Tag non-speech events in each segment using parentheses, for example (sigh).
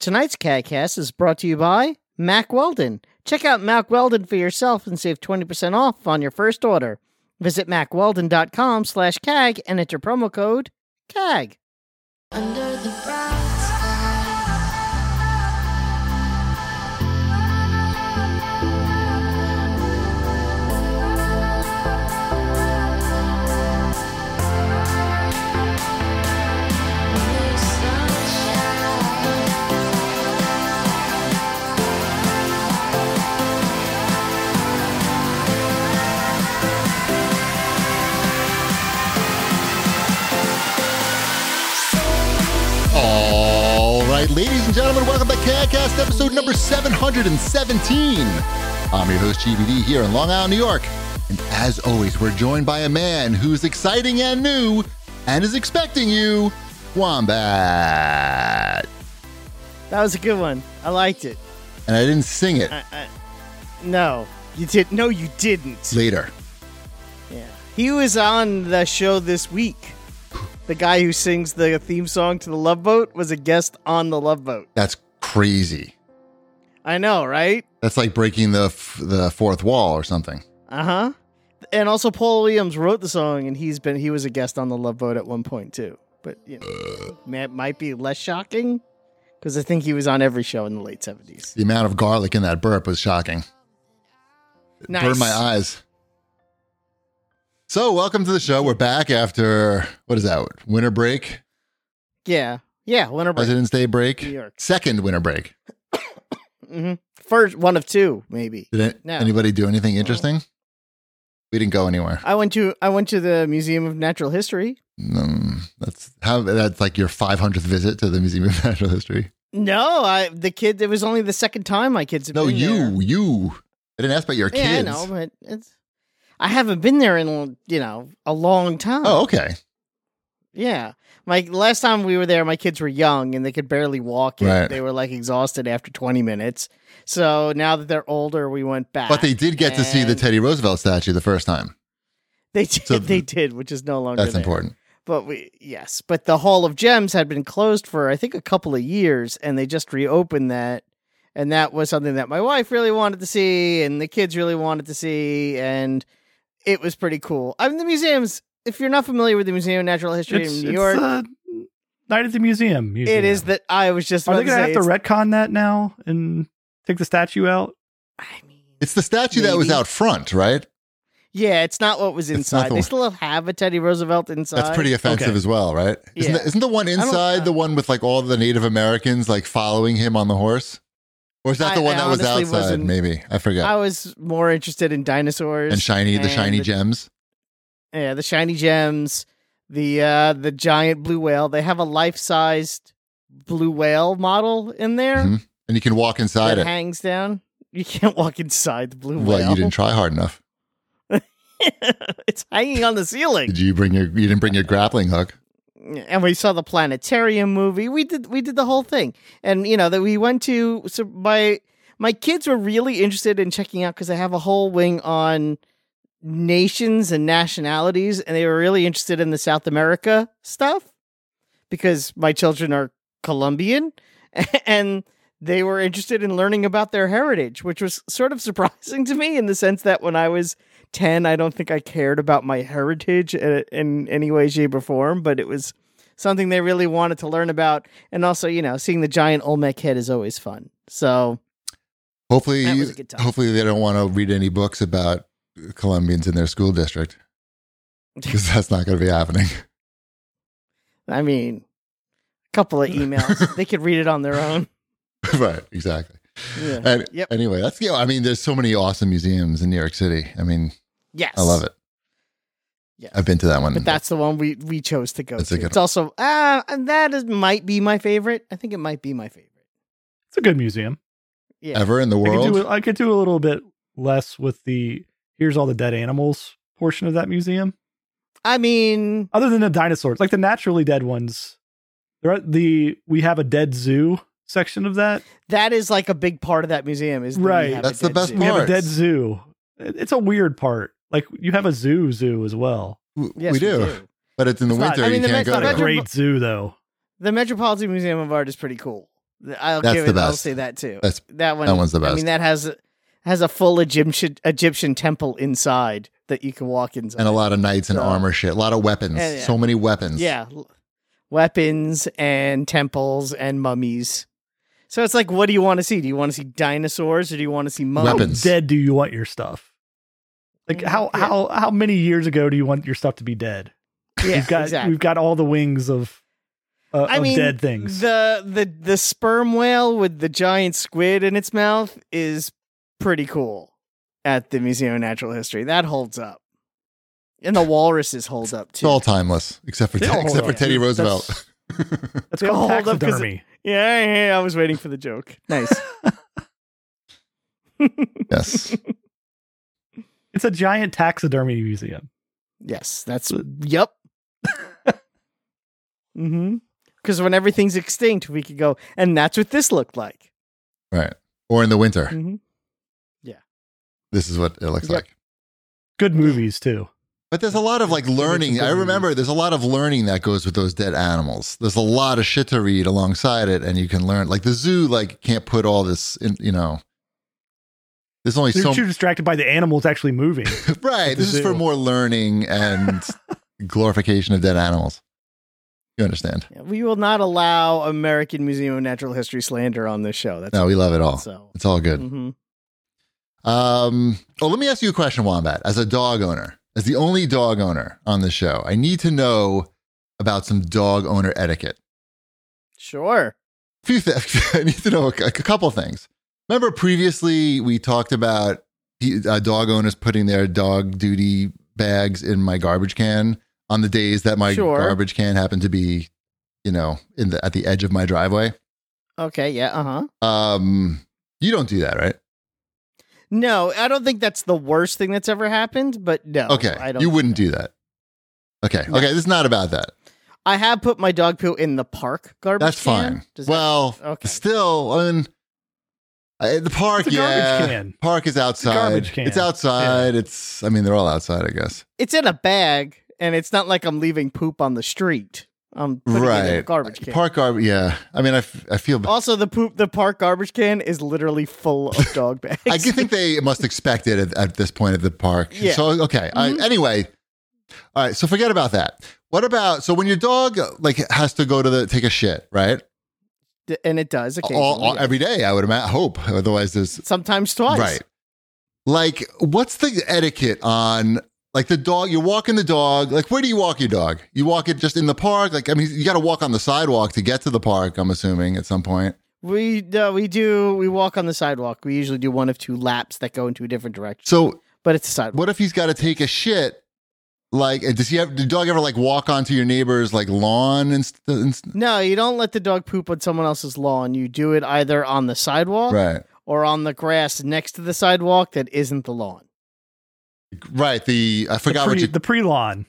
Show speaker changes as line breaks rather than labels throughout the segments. Tonight's CADcast is brought to you by Mac Weldon. Check out Mac Weldon for yourself and save 20% off on your first order. Visit macweldon.com slash CAG and enter promo code CAG.
Under the bright sunshine,
All right, ladies and gentlemen, welcome back to CADcast episode number 717. I'm your host, GBD, here in Long Island, New York. And as always, we're joined by a man who's exciting and new and is expecting you, Wombat.
That was a good one. I liked it.
And I didn't sing it
I, I, no, you did. No, you didn't.
later.
Yeah. He was on the show this week. The guy who sings the theme song to The Love Boat was a guest on The Love Boat.
That's crazy.
I know, right?
That's like breaking the, f- the fourth wall or something.
Uh huh. And also, Paul Williams wrote the song, and he's been he was a guest on the Love Boat at one point too. But you know, that might be less shocking because I think he was on every show in the late seventies.
The amount of garlic in that burp was shocking.
Nice.
Burned my eyes. So, welcome to the show. We're back after what is that? Winter break,
Yeah, yeah. Winter break.
President's Day break,
New York.
second winter break.
hmm First one of two, maybe.
Did it,
No.
anybody do anything interesting? We didn't go anywhere.
I went to I went to the Museum of Natural History.
Mm, that's how. That's like your 500th visit to the Museum of (laughs) Natural History.
No, I the kid. It was only the second time my kids. Have
No,
been
you,
there.
you. I didn't ask about your
Yeah, I
kids.
know, but it's. I haven't been there in you know a long time.
Oh, okay.
Yeah. My last time we were there, my kids were young and they could barely walk. It.
Right.
They were like exhausted after 20 minutes. So now that they're older, we went back.
But they did get to see the
and
Teddy Roosevelt statue the first time.
They did. (laughs)
so
they Oh, did, which is no longer
That's
there.
important.
But we, yes, but the Hall of Gems had been closed for I think a couple of years, and they just reopened that, and that was something that my wife really wanted to see, and the kids really wanted to see, and it was pretty cool. I mean, the museums. If you're not familiar with the Museum of Natural History
it's,
in New
it's
York,
the night at the museum. museum.
it is that I was just.
Are
about
they
to
going to
say
have to
it's-
retcon that now and take the statue out?
I mean,
It's the statue that was
Maybe.
out front, right?
yeah, it's not what was
It's not
inside.
the
They
one-
still have a Teddy Roosevelt inside.
That's pretty offensive
Okay.
as well, right? Isn't,
Yeah.
the, isn't the one
don't-
inside
uh,
the one with like all the Native Americans like following him on the horse? Or is that
I-
the one
I
that was
honestly
outside?
wasn't-
Maybe I forget.
I was more interested in dinosaurs
and shiny, the shiny
and-
gems.
Yeah, the shiny gems, the uh the giant blue whale. They have a life sized blue whale model in there
Mhm. And you can walk inside
that
it.
hangs down. You can't walk inside the blue
Well,
whale.
you didn't try hard enough.
(laughs) it's hanging on the ceiling.
Did you bring your? You didn't bring your grappling hook.
and we saw the planetarium movie. We did we did the whole thing, and you know that we went to. So my my kids were really interested in checking out because I have a whole wing on nations and nationalities, and they were really interested in the South America stuff because my children are Colombian, (laughs) and they were interested in learning about their heritage, which was sort of surprising to me in the sense that when I was 10 i don't think i cared about my heritage in, in any way shape or form but it was something they really wanted to learn about and also you know seeing the giant olmec head is always fun so
Hopefully,
That was a good time.
hopefully they don't want to read any books about Colombians in their
(laughs)
school district because that's not going to be happening. (laughs)
i mean a couple of
(laughs)
emails they could read it on their own
right? Exactly.
yeah.
And
Yep.
Anyway, that's you know, I mean, there's so many awesome museums in New York City. I mean,
yes
I love it.
Yes.
I've been to that one.
but that's the one we we chose to go
That's a
to
good
it's also uh, and that is might be my favorite i think it might be my favorite
It's a good museum.
yeah
ever in the
I could,
world.
do, I could do a little bit less with the here's all the dead animals portion of that museum.
i mean
Other than the dinosaurs, like the naturally dead ones, there are the we have a dead zoo section of that.
that is like a big part of that museum is that we
Right.
have a
That's the
dead
best
zoo.
We have a
Parts.
dead zoo. It- It's a weird part. Like you have a zoo zoo as well.
W-
Yes,
we, do. but it's in the
It's not-
winter.
I mean,
you
the
can't
Met's
go
not
to.
Not a
Imagine-
great zoo though.
the Metropolitan Museum of Art is pretty cool. I'll
That's
give
the
it. I'll
best.
say that too.
That's-
that one.
that one's the
I
best.
mean, that has has a full Egyptian Egyptian temple inside that you can walk inside.
and a lot of knights and
So-
armor shit, a lot of weapons,
Yeah, yeah.
so many weapons.
Yeah, l- weapons and temples and mummies. So it's like, what do you want to see? Do you want to see dinosaurs or do you want to see mummies?
Weapons.
Dead do you want your stuff? Like
Mm,
how
yeah.
how how many years ago do you want your stuff to be dead?
Yeah,
we've got
exactly.
we've got all the wings of uh,
I
of
mean,
dead things.
The the the sperm whale with the giant squid in its mouth is pretty cool at the Museum of Natural History. That holds up, and the walruses hold up
It's
too.
all timeless, except for
They all hold
except for
up.
Teddy
(laughs)
That's-
Roosevelt.
That's
They
called
hold up 'cause
taxidermy.
Yeah, yeah, yeah, I was waiting for the joke. Nice.
yes,
It's a giant taxidermy museum.
(laughs) yes, that's yep. (laughs) mm-hmm. Because when everything's extinct, we could go, and that's what this looked like.
right. Or in the winter,
Mm-hmm.
this is what it looks
Yep.
like.
Good movies too.
But there's a lot of like learning. I remember there's a lot of learning that goes with those dead animals. There's a lot of shit to read alongside it, and you can learn. Like the zoo, like can't put all this in. You know, there's only
They're
so
too distracted by the animals
(laughs)
actually moving.
right.
at the
This is for
zoo.
more learning
(laughs)
and glorification of dead animals. You understand?
We will not allow American Museum of Natural History slander on this show. That's
No, we love it all.
so.
It's all good.
Mm-hmm.
Mm.
Um, oh, let me ask you a question, Wombat. As a dog owner, as the only dog owner on the show, I need to know about some dog owner etiquette.
Sure.
few things. (laughs) I need to know a, c- a couple things. Remember previously we talked about pe- uh, dog owners putting their dog duty bags in my garbage can on the days that my
Sure.
garbage can happened to be, you know, in the at the edge of my driveway.
Okay. Yeah. Uh huh.
Um, you don't do that, right?
No, I don't think that's the worst thing that's ever happened. But no.
Okay,
Oh, I don't
you wouldn't do that. Okay,
No.
okay, this is not about that.
I have put my dog poo in the park garbage.
That's
can.
fine.
Does that-
well,
Okay.
still, I mean, I- the park,
It's a garbage
yeah,
can.
park is outside.
garbage can.
It's outside. It's, I mean, they're all outside, I guess.
it's in a bag, and it's not like I'm leaving poop on the street. I'm putting it in a
right
garbage can.
park garbage yeah i mean i, f- I feel bad
also, the poop, the park garbage can is literally full
(laughs)
of dog bags.
i do think they must expect it at, at this point at the park
Yeah.
so okay I,
Mhm.
anyway all right so forget about that what about so when your dog like has to go to the take a shit right
and it does occasionally.
all, all, every day i would imagine hope otherwise there's
sometimes twice.
Right. Like, what's the etiquette on like the dog? You're walking the dog. Like, where do you walk your dog? You walk it just in the park. Like, I mean, you got to walk on the sidewalk to get to the park. I'm assuming at some point.
We no, we do. We walk on the sidewalk. We usually do one of two laps that go into a different direction.
So,
but it's a sidewalk.
what if he's got to take a shit? Like, does he have? Did dog ever like walk onto your neighbor's like lawn and, st- and st-
No, you don't let the dog poop on someone else's lawn. You do it either on the sidewalk
right?
or on the grass next to the sidewalk that isn't the lawn.
Right. The I
The
forgot
pre-
what you.
the pre-lawn.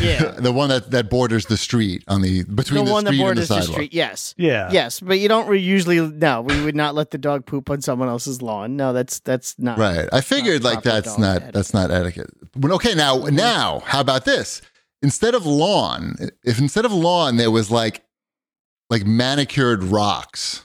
Yeah.
the one that, that borders the street on the (laughs) between the,
the one that
street and the
borders the,
sidewalk.
street. Yes.
Yeah.
Yes, but you don't re- usually no, we would not let the dog poop on someone else's lawn. No, that's that's not Mm-hmm.
Right. I figured like
proper
that's
dog
not
etiquette.
that's not etiquette. But okay, now now how about this? Instead of lawn, if instead of lawn there was like like manicured rocks.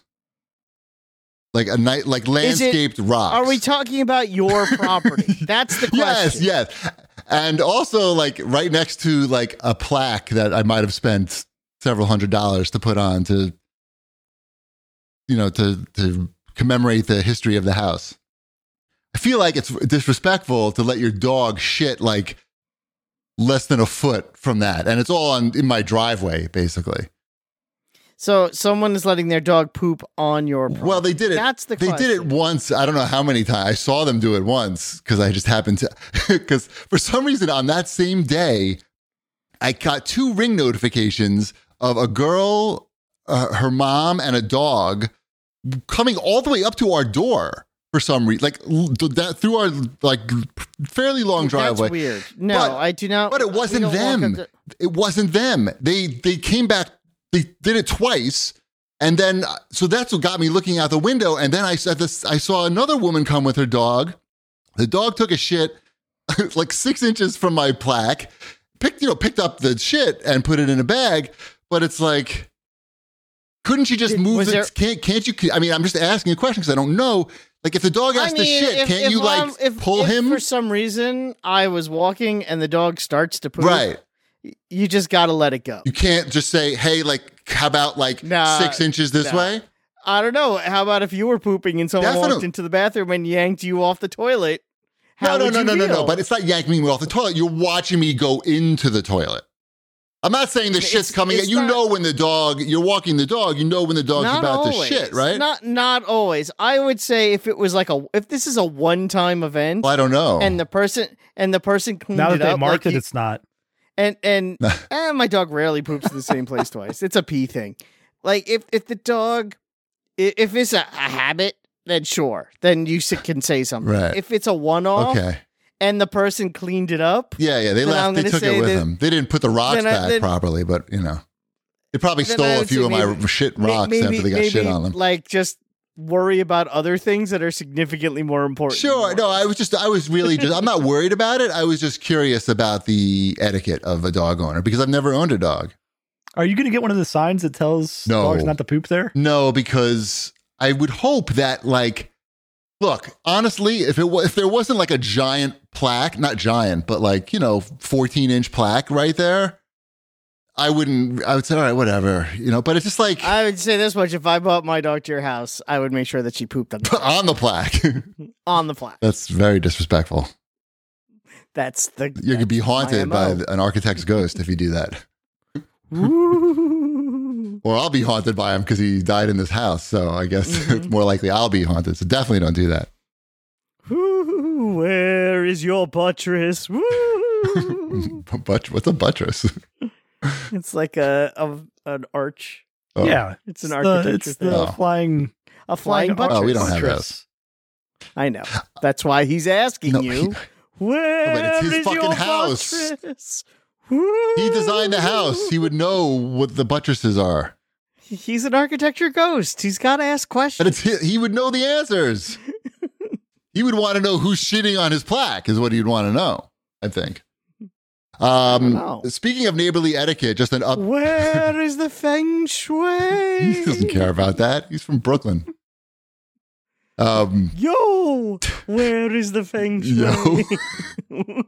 Like a night like
Is it-
landscaped rocks.
Are we talking about
(laughs)
your property? that's the
Yes,
question.
yes. And also like right next to like a plaque that I might have spent several hundred dollars to put on to you know to to commemorate the history of the house. I feel like it's disrespectful to let your dog shit like less than a foot from that and it's all on in my driveway basically.
So someone is letting their dog poop on your property.
Well, they did it.
That's the
they
question.
did it once. I don't know how many times. I saw them do it once because I just happened to. (laughs) Because for some reason on that same day, I got two ring notifications of a girl, uh, her mom, and a dog coming all the way up to our door for some reason, like l- that through our like fairly long driveway.
That's weird. No,
But-
I do not
but it
we
wasn't
don't walk
them.
up to-
It wasn't them. They they came back. They did it twice, and then so that's what got me looking out the window. And then I said this. I saw another woman come with her dog. The dog took a shit (laughs) like six inches from my plaque. Picked you know picked up the shit and put it in a bag. But it's like Couldn't you just
Did-
move?
was
The,
there-
can't can't you? I mean, I'm just asking a question because I don't know. Like, if the dog
I
has to
mean,
shit,
if-
can't
if
you like
I'm- if-
pull
if
him?
For some reason, I was walking and the dog starts to poop.
Right.
You just got to let it go.
You can't just say, "Hey, like, how about like
Nah,
six inches this
nah.
way?"
I don't know. How about if you were pooping and someone walked
Definitely.
into the bathroom and yanked you off the toilet? How
no,
would
no,
you
no, no, no, no.
feel?
But it's not yanking me off the toilet. You're watching me go into the toilet. I'm not saying the
It's-
shit's coming.
it's
out. You
not-
know when the dog. You're walking the dog. You know when the dog's about
always.
to shit, right?
Not not always. I would say if it was like a if this is a one time event
well, I don't know.
and the person and the person cleaned
Now that
it
they
up,
marked
like
it,
you-
it's not.
and
(laughs)
and eh, my dog rarely poops in the same place twice. It's a pee thing. Like if if the dog i- if it's a, a habit, then sure, then you s- can say something.
Right.
If it's a one off
okay.
and the person cleaned it up,
Yeah, yeah. They
Then I'm
left. They
gonna
took it
say
with
that-
them. They didn't put the rocks
Then I-
back
then-
properly, but you know, they probably
Then I
stole a
would
few
say
of my
maybe-
r- shit
May-
rocks after they got shit on them.
Like just worry about other things that are significantly more important.
Sure. No, I was just, I was really just, I'm not worried about it. I was just curious about the etiquette of a dog owner because I've never owned a dog.
Are you going to get one of the signs that tells
No.
dogs not to poop there?
No, because I would hope that, like, look, honestly, if it was, if there wasn't like a giant plaque, not giant, but like you know, 14 inch plaque right there, I wouldn't. I would say, all right, whatever, you know. But it's just like
I would say this much: if I bought my dog to your house, I would make sure that she pooped on
(laughs)
the,
(laughs) on the plaque.
on the flat.
That's very disrespectful.
That's the (laughs)
You could be
that's my
haunted by
MO.
an architect's ghost if you do that.
Ooh.
Or I'll be haunted by him because he died in this house. So I guess (laughs) it's more likely I'll be haunted. So definitely don't do that. (laughs)
Ooh, Where is your buttress? Ooh.
But what's a buttress? (laughs)
it's like a, a an arch.
Oh.
Yeah.
It's an
the-
architecture
It's
thing.
the
Oh.
flying,
A flying buttress.
buttress.
Oh, we don't have
Buttress.
I know. That's why he's asking
No,
you.
he-
Where
but it's his
is
fucking
your
house.
buttress?
He designed the house. He would know what the buttresses are.
He's an architecture ghost. He's got to ask
But
questions.
it's hi- he would know the answers. he would want to know who's shitting on his plaque is what he'd want to know, I think. Um,
know.
speaking of neighborly etiquette, just an up
Where is the feng shui?
He doesn't care about that. He's from Brooklyn. Um,
Yo, where is the feng shui?
Yo.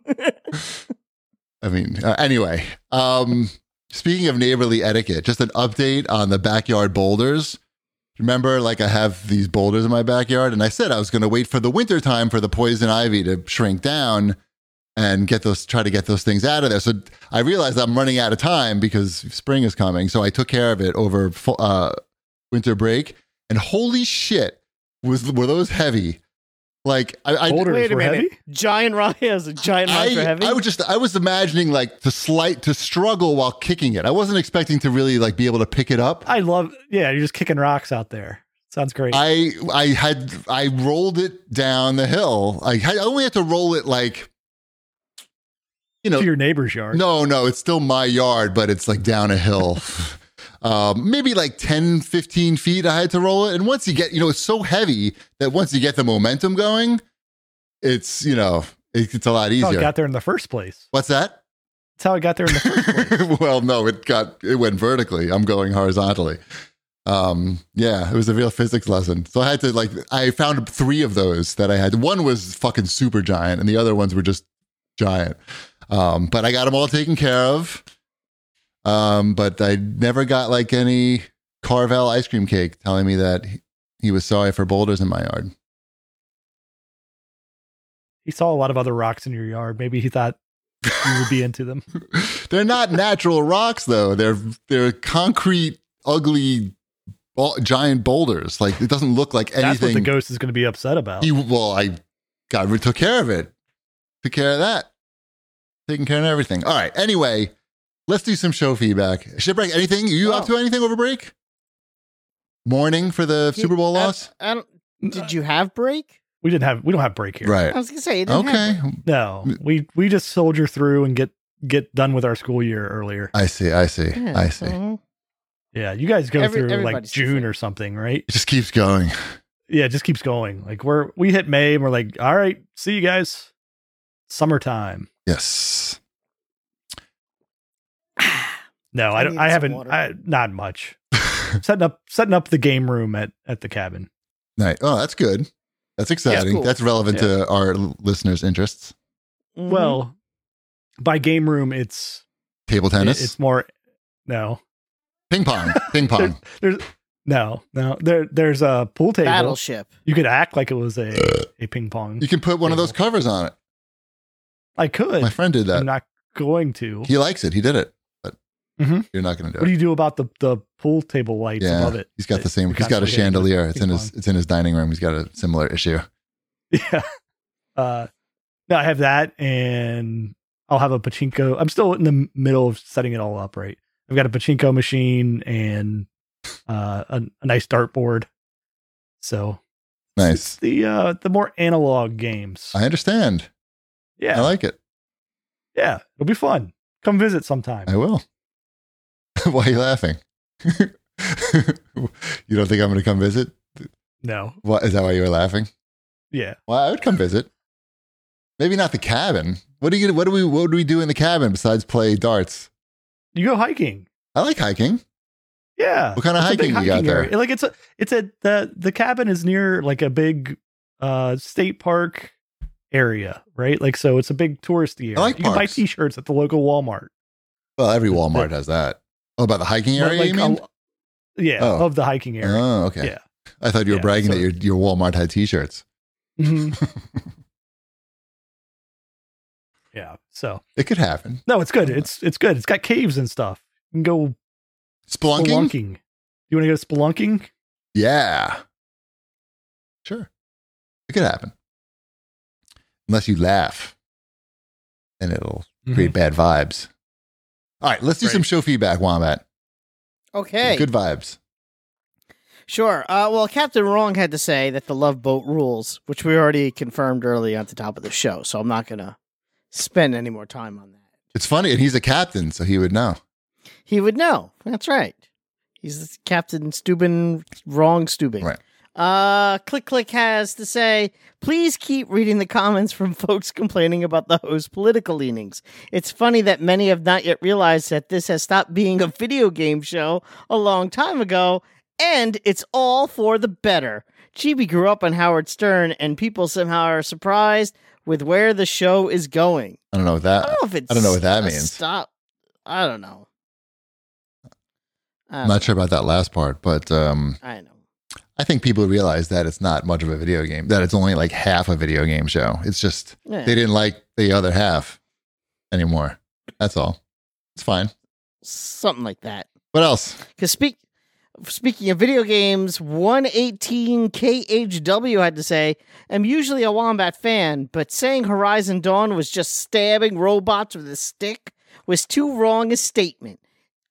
(laughs)
(laughs)
I mean, uh, anyway. Um, speaking of neighborly etiquette, just an update on the backyard boulders. Remember, like I have these boulders in my backyard, and I said I was going to wait for the winter time for the poison ivy to shrink down and get those, try to get those things out of there. So I realized I'm running out of time because spring is coming. So I took care of it over fu- uh, winter break, and holy shit, was were those heavy? Like I, I
Boulders
Wait a
were
minute.
heavy?
Giant rock has a giant rock for
I,
heavy.
I was just I was imagining like to slight to struggle while kicking it. I wasn't expecting to really like be able to pick it up.
I love, yeah, you're just kicking rocks out there. Sounds great.
I I had I rolled it down the hill. I had I only had to roll it like you know
to your neighbor's yard.
no no it's still my yard but it's like down a hill. (laughs) Um, maybe like 10, 15 feet I had to roll it. And once you get, you know, it's so heavy that once you get the momentum going, it's, you know, it, it's a lot
That's how it
easier.
got there in the first place.
What's that?
That's how it got there
(laughs)
in the first place.
well, no, it got it went vertically. I'm going horizontally. Um, yeah, it was a real physics lesson. So I had to like I found three of those that I had. One was fucking super giant, and the other ones were just giant. Um, but I got them all taken care of. Um, but I never got like any Carvel ice cream cake telling me that he, he was sorry for boulders in my yard.
He saw a lot of other rocks in your yard. Maybe he thought you would be
(laughs)
into them.
They're not natural rocks though. They're they're concrete, ugly, bo- giant boulders. Like it doesn't look like
That's what the
anything.
ghost is going to be upset about.
He well, I God we took care of it. Took care of that. Taking care of everything. All right. Anyway, let's do some show feedback. Shipwreck, anything? You up
Wow.
to anything over break? Mourning for the Super Bowl
I-
loss?
I, don't, Um, did you have break?
uh, we didn't have we don't have break here.
I
Right.
was gonna say you didn't have
Okay.
No, we we just soldier through and get get done with our school year earlier.
I see. I see.
break. Yeah.
I see.
(sighs)
It
Mhm.
Yeah, you guys go
Every-
through like
everybody's
June
different.
or something, right?
just keeps going.
Yeah, it just keeps going. Like we're we hit May and we're like, all right, see you guys, summertime.
Yes.
No, I,
I
don't.
need
I
some
haven't.
water. (laughs)
I, not much. setting up setting up the game room at at the cabin.
Nice. Oh, that's good. That's exciting.
cool.
That's relevant to our l- listeners' interests.
Mhm.
Well, by game room, it's
Table
it-
tennis,
it's more no
ping pong,
(laughs)
ping pong.
there's no no there there's a pool table.
battleship.
You could act like it
(sniffs)
was a a ping pong.
You can put one of those covers on it.
I could.
My friend did
I'm
that.
not going to.
He likes it. He did it, but
Mhm.
you're not going to do
What do
it.
you do about the the pool table lights
Yeah,
above it?
He's got the same.
You're
He's got a
constantly hitting the
chandelier. It's
ping
in his. It's in his dining room. He's got a similar issue.
(laughs) Yeah. Uh, no, I have that, and I'll have a pachinko. I'm still in the middle of setting it all up. Right, I've got a pachinko machine and uh, a, a nice dartboard. So
Nice.
the uh, the more analog games.
I understand.
yeah,
I like it.
yeah, it'll be fun. Come visit sometime.
I will. (laughs) Why are you laughing? (laughs) you don't think I'm going to come visit?
no,
Why, is that why you were laughing?
yeah,
Well, I would come visit. Maybe not the cabin. What do you? What do we? What do we do in the cabin besides play darts?
you go hiking.
I like hiking.
Yeah,
What kind of
It's a big
hiking you got
hiking
there?
area. Like it's a it's a the the cabin is near like a big uh state park area, right? Like so it's a big touristy area.
like
you can buy
parks.
t-shirts at the local Walmart.
Well, every Walmart has that. Oh, about the hiking
But,
area,
like,
you mean?
a- yeah,
Oh.
of the hiking area.
Oh, okay.
Yeah.
I thought you were
Yeah,
bragging
so-
that your your Walmart had T-shirts.
Mhm.
(laughs)
yeah. So,
It could happen.
no, it's good. It's it's good. It's got caves and stuff. You can go
Splunking.
spelunking. You want to go spelunking?
Yeah. Sure. It could happen. Unless you laugh, and it'll
Mm-hmm.
create bad vibes. All right, let's do some
Right.
show feedback, Wombat.
Okay.
Good vibes.
Sure. Uh, well, Captain Wrong had to say that the Love Boat rules, which we already confirmed early at the top of the show, so I'm not going to spend any more time on that.
It's funny, and he's a captain, so he would know.
He would know. That's right. He's Captain Steuben, wrong Steuben.
Right.
Uh, Click Click has to say, please keep reading the comments from (laughs) folks complaining about the host's political leanings. It's funny that many have not yet realized that this has stopped being a video game show a long time ago, and it's all for the better. Chibi grew up on Howard Stern, and people somehow are surprised with where the show is going.
I don't know what that.
I don't know if it's
I don't know what that
a
means.
Stop. I don't know. I
I'm
don't-
not sure about that last part, but um,
I know.
I think people realize that it's not much of a video game. That it's only like half a video game show. It's just
Yeah.
they didn't like the other half anymore. That's all. It's fine.
Something like that.
What else?
Because speak, speaking of video games, 118KHW had to say, I'm usually a Wombat fan, but saying Horizon Dawn was just stabbing robots with a stick was too wrong a statement.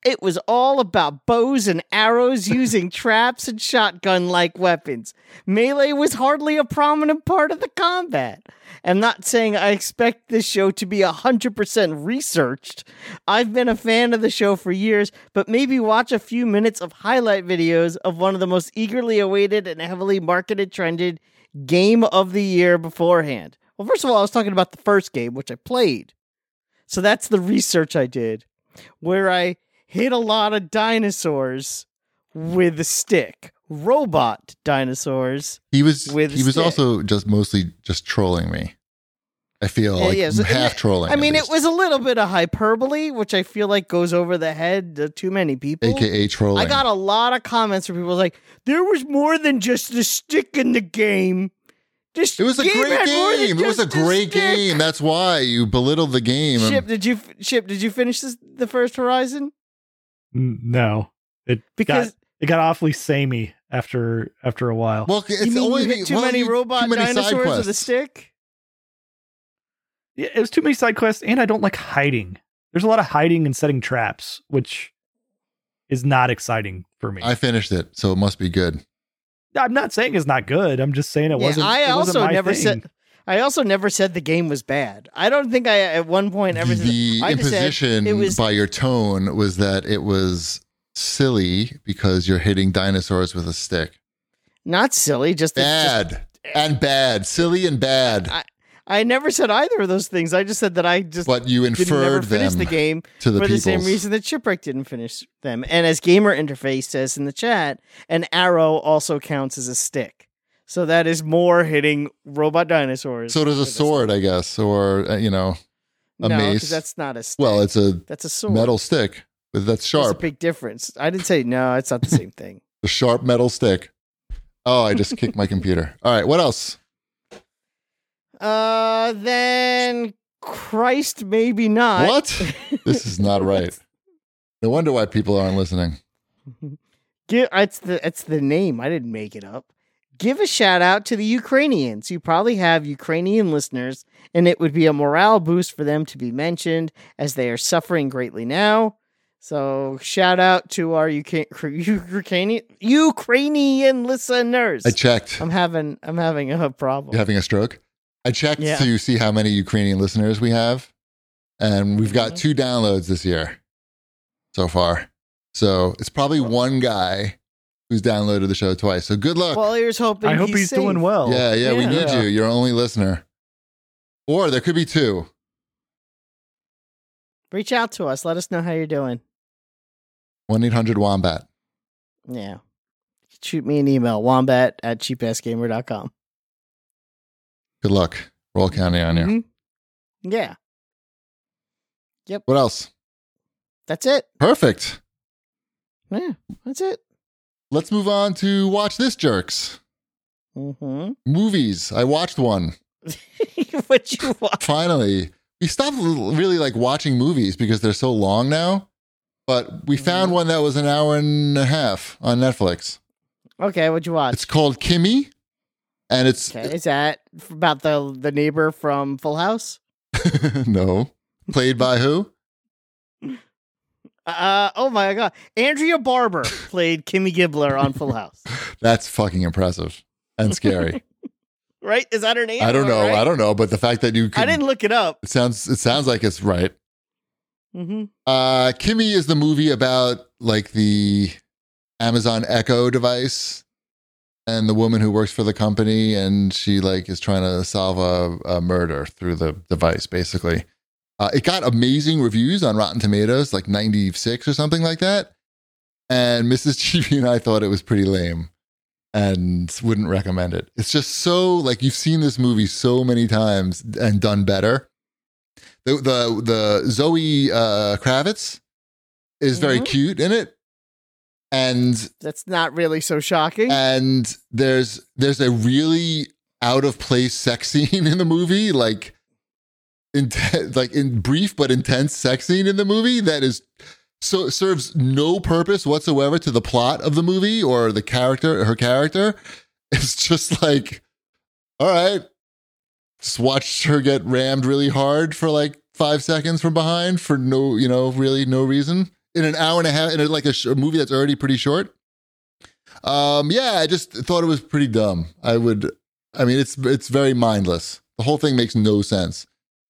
It was all about bows and arrows using traps and shotgun like weapons. Melee was hardly a prominent part of the combat. I'm not saying I expect this show to be 100% researched. I've been a fan of the show for years, but maybe watch a few minutes of highlight videos of one of the most eagerly awaited and heavily marketed, trended game of the year beforehand. Well, first of all, I was talking about the first game, which I played. So that's the research I did, where I hit a lot of dinosaurs with a stick, robot dinosaurs.
He was
With
he was
stick.
also just mostly just trolling me. I feel
Yeah,
Oh, like
Uh, yeah, so-
half trolling.
I
at
mean, it
least.
was a little bit of hyperbole, which I feel like goes over the head of too many people.
AKA trolling.
I got a lot of comments from people like, there was more than just the stick in the game. This
It was a
game
great
had more than
game. It was a
just the
great
stick."
game. That's why you belittled the game. I'm-
Ship, did you ship? Did you finish this, the first Horizon?
N- No. It
Because
got, it got awfully samey after after a while.
Well, it's
Oh. you mean
only
you hit too
well,
many
you-
robot
too many side
dinosaurs with a
quests.
stick?
Yeah, it was too many side quests, and I don't like hiding. There's a lot of hiding and setting traps, which is not exciting for me.
I finished it, so it must be good.
I'm not saying it's not good. I'm just saying it
Yeah,
wasn't.
I
it wasn't
also
my
never
thing.
said. I also never said the game was bad. I don't think I at one point ever said
the
I just said
imposition
it was-
by your tone was that it was silly because you're hitting dinosaurs with a stick.
not silly. Just, it's just
Bad and bad, silly and bad.
I- I never said either of those things. I just said that I just
But you
didn't never
inferred
finish
them
the game
to the
for the same
people.
reason that Shipwreck didn't finish them. And as Gamer Interface says in the chat, an arrow also counts as a stick. So that is more hitting robot dinosaurs.
So does a
with
sword, I guess, or uh, you know,
stick.
a
no, 'cause
mace.
That's not a stick.
well, it's a
that's a sword.
metal stick, but that's
There's a
sharp.
big difference. I didn't say no. It's not the same thing.
The sharp metal stick. Oh, I just kicked my computer. All right, what
(laughs)
else?
Uh, then Christ, maybe not. (laughs)
What? This is not right. No wonder why people aren't listening.
Give, it's the it's the name. I didn't make it up. Give a shout out to the Ukrainians. You probably have Ukrainian listeners, and it would be a morale boost for them to be mentioned as they are suffering greatly now. So shout out to our Uka- (laughs) Ukrainian Ukrainian listeners.
I checked.
I'm having I'm having a problem.
You having a stroke? I checked
Yeah.
to see how many Ukrainian listeners we have, and we've got
Mhm.
two downloads this year so far. So it's probably one guy who's downloaded the show twice. So good luck.
Well, here's hoping.
I hope he's,
safe.
doing well.
yeah, yeah, we
Yeah.
need
Yeah.
you. You're our only listener. Or there could be two.
Reach out to us. Let us know how you're doing.
1 800 Wombat.
Yeah. Shoot me an email, wombat at cheapassgamer.com.
Good luck. We're all counting on you.
Mhm. Yeah,
What else?
that's it.
Perfect.
Yeah, that's it.
Let's move on to Watch This Jerks.
(laughs) Mm-hmm.
Movies. I watched one.
what you want?
finally we stopped l- really like watching movies because they're so long now but
Mm-hmm.
we found one that was an hour and a half on netflix
Okay, what'd you (laughs) watch?
it's called kimmy and it's
Okay, is that f- about the the neighbor from Full House?
(laughs) no played by who
Uh oh my god, Andrea (laughs) Barber played Kimmy Gibbler on Full House.
that's fucking impressive
(laughs)
and scary
Right? Is that her name?
i don't
Am
know
right?
i don't know but the fact that you could
I didn't look it up.
it sounds it sounds like it's right
Mm-hmm.
Uh, Kimmy is the movie about like the Amazon Echo device and the woman who works for the company, and she like is trying to solve a, a murder through the device, basically. Uh, it got amazing reviews on Rotten Tomatoes, like 96 or something like that. And (laughs) Mrs. Chibi and I thought it was pretty lame and wouldn't recommend it. It's just so like you've seen this movie so many times and done better. The the the Zoe uh, Kravitz is very
Mhm.
cute in it, and
That's not really so shocking.
Uh, and there's there's a really out of place sex (laughs) scene in the movie, like intense, like in brief but intense sex scene in the movie that is so serves no purpose whatsoever to the plot of the movie or the character her character. It's just like, all right, just watched her get rammed really hard for like five seconds from behind for no, you know, really no reason in an hour and a half in a, like a, sh- a movie that's already pretty short. Um, yeah, I just thought it was pretty dumb. I would, I mean, it's it's very mindless. The whole thing makes no sense.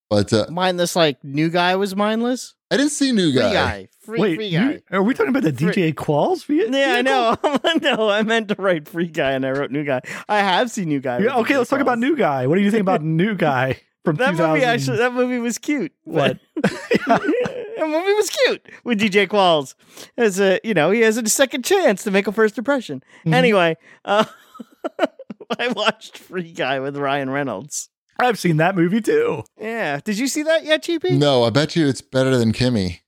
But uh,
mindless, like new guy was mindless.
I didn't see new
Free guy,
guy.
free,
Wait,
free
you-
guy.
are we talking about the
Free-
DJ Qualls? vi-
Yeah, I
vehicle?
know. (laughs) no, I meant to write free guy and I wrote new guy. I have seen new guy.
Yeah, okay, let's talk about New Guy. What do you
(laughs)
think about New Guy from
That
2000?
movie actually that movie was cute. (laughs)
What?
that movie was cute with DJ Qualls. As a you know, he has a second chance to make a first impression.
Mhm.
Anyway, uh, (laughs) I watched Free Guy with Ryan Reynolds.
I've seen that movie too.
Yeah. Did you see that yet, GP?
No, I bet you it's better than Kimmy.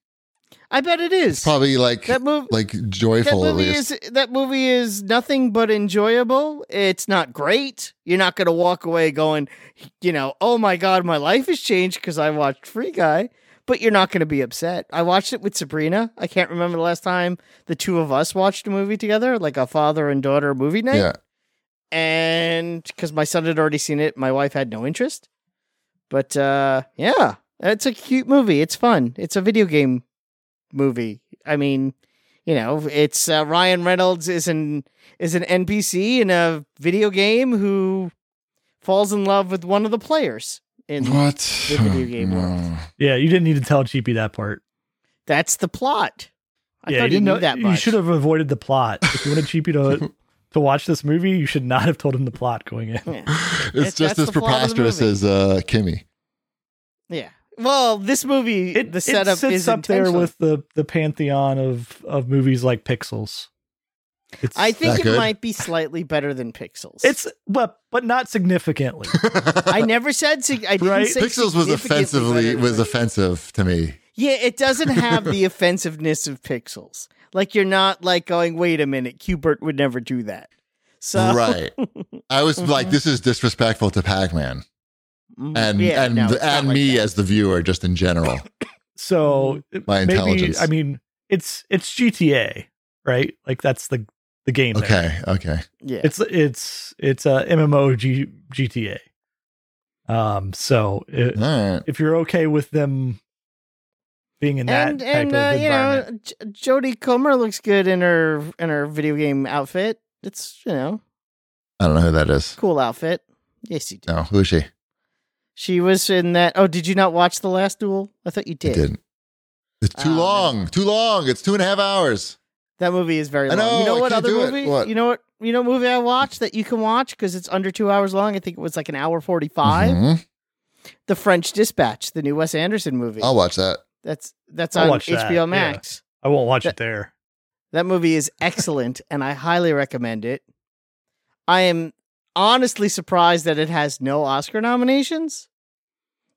I bet it is.
Probably like
that movie
like joyful
that
at
movie
least.
is that movie is nothing but enjoyable. It's not great. You're not going to walk away going, you know, oh my god, my life has changed because I watched Free Guy. But you're not going to be upset. I watched it with Sabrina. I can't remember the last time the two of us watched a movie together, like a father and daughter movie night
yeah.
and because my son had already seen it, my wife had no interest. But uh, yeah, it's a cute movie. It's fun. It's a video game movie. I mean, you know, it's uh, Ryan Reynolds is an is an NPC in a video game who falls in love with one of the players. And
What?
video game world.
Yeah, you didn't need to tell Cheapy that part.
that's the plot. I
yeah,
thought
you
he
didn't
knew
know
that.
You
much. (laughs)
should have avoided the plot. If you wanted Cheapy to to watch this movie, you should not have told him the plot going in.
Yeah.
(laughs) It's
It-
just
that's
as
the flaw of the
preposterous
movie.
as uh, Kimmy.
yeah. Well, this movie,
It,
the setup
it sits
is
up there
intentional.
with the the pantheon of of movies like Pixels. It's,
I think
That
it
good?
might be slightly better than Pixels.
it's but but
(laughs)
not significantly.
(laughs)
I never said. sig- I didn't
Right?
say
Pixels was
significantly
offensively
better than
was
Pixels.
offensive to me.
Yeah, it doesn't have
(laughs)
the offensiveness of Pixels. Like you're not like going, wait a minute, Qbert would never do that. So (laughs)
Right. I was like, this is disrespectful to Pac-Man
Mm,
and
yeah,
and
no, it's not
and
like
me
that.
as the viewer, just in
(laughs)
general.
So
Mm-hmm.
My
maybe
intelligence.
I mean it's it's GTA, right? Like that's the the game. there.
Okay, okay.
yeah.
It's it's it's a MMO G, GTA. Um so it,
All right.
if you're okay with them being in that
and
type
and
of
uh, you
environment.
know, J- Jodie Comer looks good in her in her video game outfit. It's you know
I don't know who that is.
cool outfit. Yes, you did.
No, who is she?
She was in that. Oh, did you not watch the last duel? I thought you
I
did.
didn't. It's too
Oh,
long.
never
Too long. It's two and a half hours.
That movie is very
I
long. you
know,
know
I
what
can't
other
do it.
movie?
What?
You know what? You know movie I watched that you can watch because it's under two hours long. I think it was like an hour 45
Mhm.
The French Dispatch, the new Wes Anderson movie.
I'll watch that.
that's that's
I'll
on
watch
HBO
that, yeah.
Max.
I won't watch
that-
it there.
That movie is excellent, (laughs) and I highly recommend it. I am honestly surprised that it has no Oscar nominations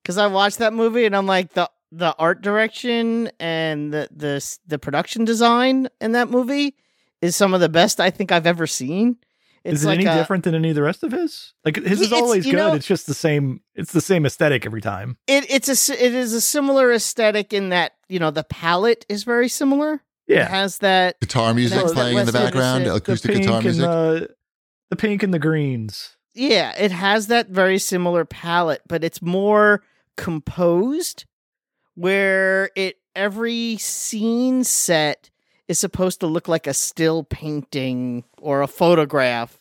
because I watched that movie and I'm like the the art direction and the the s- the production design in that movie is some of the best I think I've ever seen. It's
Is it
like
any
a-
different than any of the rest of his? Like his
Yeah,
is
it's-
always
you
good.
know-
it's just the same. It's the same aesthetic every time.
It, it's a s- it is a similar aesthetic in that you know the palette is very similar. It
Yeah,
has that
Guitar music
that's-
playing in the
that's it, that's
background,
it. The
the
acoustic
pink
guitar
and
music.
the the pink and the greens.
Yeah, it has that very similar palette, but it's more composed where it every scene set is supposed to look like a still painting or a photograph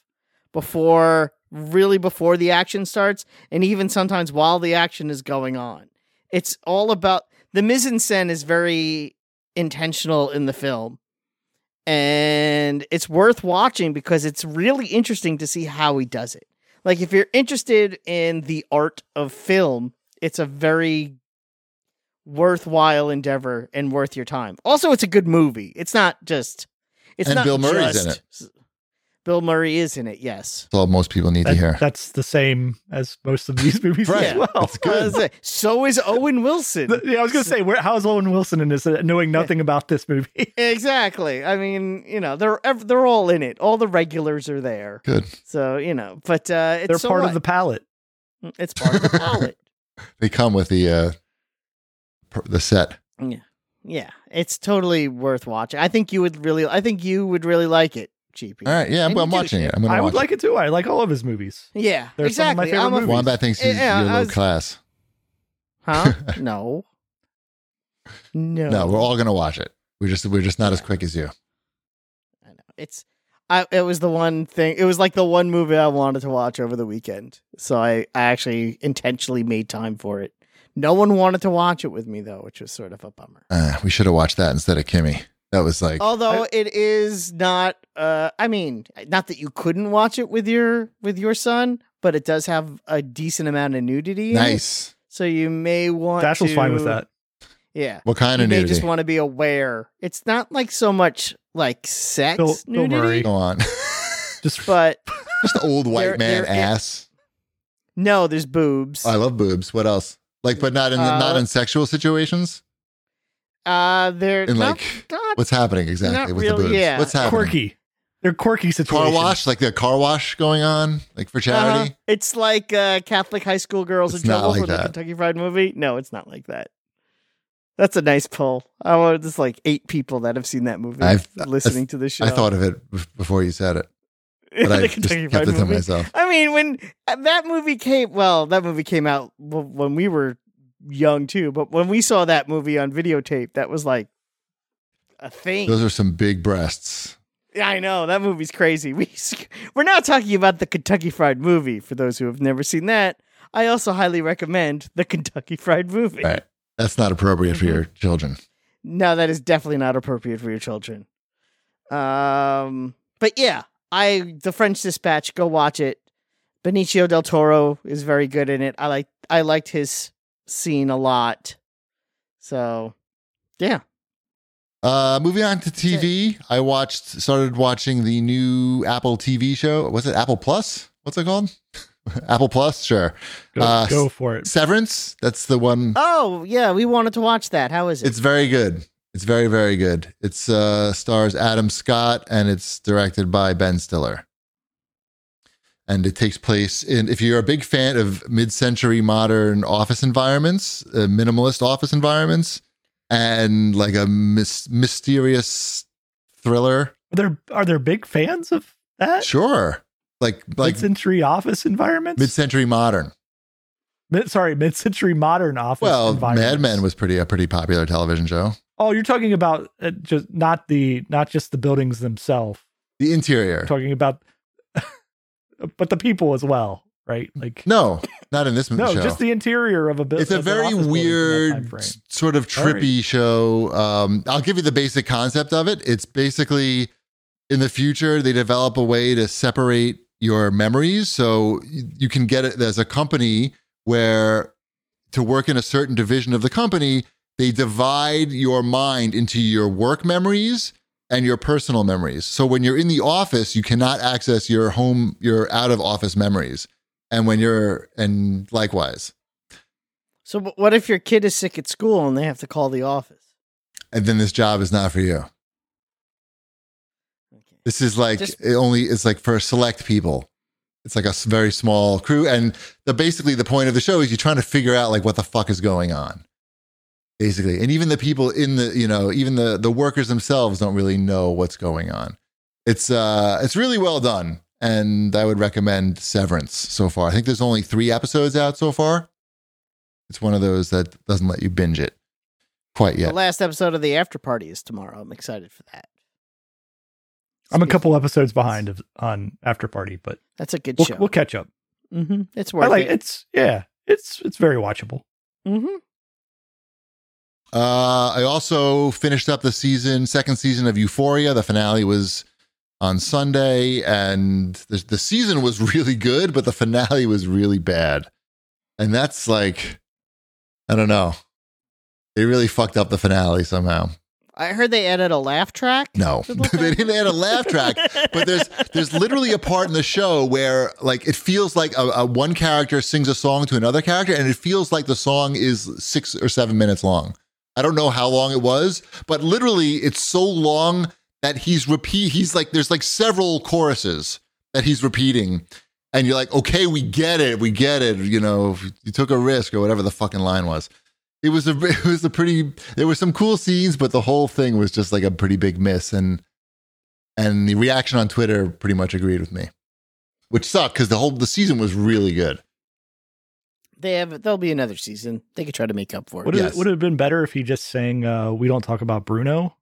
before really before the action starts and even sometimes while the action is going on. It's all about the mise-en-scène is very intentional in the film. And it's worth watching because it's really interesting to see how he does it like if you're interested in the art of film it's a very worthwhile endeavor and worth your time also it's a good movie it's not just it's
And
not
Bill Murray's in
it bill murray is in it yes
That's all most people need to
That-
(laughs)
hear.
That's the same as most of these movies
Right.
as well.
It's good.
Uh, so is owen wilson
(laughs) The- yeah, I was gonna say, where, how is Owen Wilson in this? uh, Knowing nothing about this movie, (laughs)
exactly i mean you know they're ev- they're all in it all the regulars are there
Good.
so you know but uh it's
they're
so
part of
what?
the palette.
it's part of the
(laughs)
palette
They come with the uh, per- the set.
Yeah, it's totally worth watching. I think you would really. I think you would really like it, GP.
All right. Yeah, I'm,
And you
I'm
give a
watching
shit.
it. I'm gonna
I
watch
would like it too. I like all of his movies.
Yeah,
They're some of my
exactly.
favorite
I'm a-
it.
movies.
Wombat thinks he's
Yeah,
your
I
little
was-
class.
Huh?
(laughs)
No. No.
No, we're all gonna watch it. We're just we're just not as quick as you.
I know. It's. I. It was the one thing. It was like the one movie I wanted to watch over the weekend. So I. I actually intentionally made time for it. No one wanted to watch it with me though, which was sort of a bummer.
Uh, we should have watched that instead of Kimmy. That was like
Although it is not. Uh, I mean, not that you couldn't watch it with your with your son, but it does have a decent amount of nudity. in it.
nice.
So you may want
Dashel's
to,
fine with that.
Yeah.
What kind
You
of
may
nudity?
just want to be aware. It's not like so much like sex
Bill- Bill
nudity,
Murray.
Go on. (laughs)
Just
but
just the old white
There- there
man
is-
ass. Oh,
no, there's boobs.
I love boobs. What else? Like, but not in
Uh,
not in sexual situations.
Uh, they're
And,
not,
like,
not
What's happening exactly
Not
with
really,
the boobs?
yeah.
What's happening?
quirky. They're quirky
Car
situations.
wash, like the car wash going on, like for
uh-huh.
charity.
It's like uh, Catholic high school girls
It's
in
not
trouble
like
for the
that.
Kentucky Fried movie. No, it's not like that. That's a nice pull. I want there's like eight people that have seen that movie
I've-
listening to this show.
I thought of it b- before you said
(laughs)
it, but
The
I just
Kentucky
kept
Fried
it to
movie.
myself.
I mean, when uh, that movie came, well, that movie came out w- when we were young too. But when we saw that movie on videotape, that was like a thing.
Those are some big breasts.
Yeah, I know that movie's crazy. (laughs) We we're now talking about the Kentucky Fried Movie. For those who have never seen that, I also highly recommend the Kentucky Fried Movie.
Right. That's not appropriate
Mm-hmm.
for your children.
No, that is definitely not appropriate for your children. Um, but yeah, I the French Dispatch. Go watch it. Benicio del Toro is very good in it. I like I liked his scene a lot. So, yeah.
Uh, moving on to TV, I watched, started watching the new Apple TV show. What's it? Apple Plus? What's it called? (laughs) Apple Plus, sure.
Go,
Uh,
go for it.
Severance. That's the one.
Oh yeah, we wanted to watch that. How is it?
It's very good. It's very very good. It's uh, stars Adam Scott and it's directed by Ben Stiller. And it takes place in. If you're a big fan of mid-century modern office environments, uh, minimalist office environments, and like a mys- mysterious thriller,
Are there are there big fans of that?
sure. Like like
mid-century office environments.
mid-century modern.
Mid- sorry, mid-century modern office.
Well, Mad
environments.
Men was pretty a pretty popular television show.
Oh, you're talking about uh, just not the not just the buildings themselves.
The interior.
You're talking about, (laughs) but the people as well, right? Like
No, not in this
(laughs) no,
show.
just the interior of a building.
it's a very weird s- sort of
All right.
trippy show um, i'll give you the basic concept of it it's basically in the future they develop a way to separate your memories so you you can get it there's a company where to work in a certain division of the company they divide your mind into your work memories and your personal memories so when you're in the office you cannot access your home your out of office memories and when you're and likewise
so, but what if your kid is sick at school and they have to call the office?
and then this job is not for you.
Okay.
This is like
Just-
it only it's like for select people. It's like a s- very small crew, and the basically the point of the show is you're trying to figure out like what the fuck is going on, basically. And even the people in the you know even the the workers themselves don't really know what's going on. It's uh it's really well done, and I would recommend Severance so far. I think there's only three episodes out so far. It's one of those that doesn't let you binge it quite yet.
The last episode of the after party is tomorrow. I'm excited for that.
I'm a couple episodes behind of, on After Party, but
That's a good
we'll,
show.
we'll catch up.
hmm It's worth
I like
it.
it's yeah, it's it's very watchable.
hmm
Uh, I also finished up the season, second season of Euphoria. The finale was on Sunday, and the, the season was (laughs) really good, but the finale was really bad. And that's like, I don't know. They really fucked up the finale somehow.
I heard they added a laugh track.
No, (laughs)
to the whole
they
thing.
didn't add a laugh track,
(laughs)
but there's there's literally a part in the show where like it feels like a, a one character sings a song to another character, and it feels like the song is six or seven minutes long. I don't know how long it was, but literally it's so long that he's repeat. He's like there's like several choruses that he's repeating, and you're like, okay, we get it, we get it. You know, you took a risk or whatever the fucking line was. It was a (laughs) it was a pretty there were some cool scenes, but the whole thing was just like a pretty big miss and and the reaction on Twitter pretty much agreed with me, which sucked because the whole the season was really good.
They have. There'll be another season. They could try to make up for it.
Would
Yes.
it would it have been better if he just sang uh, "We Don't Talk About Bruno"?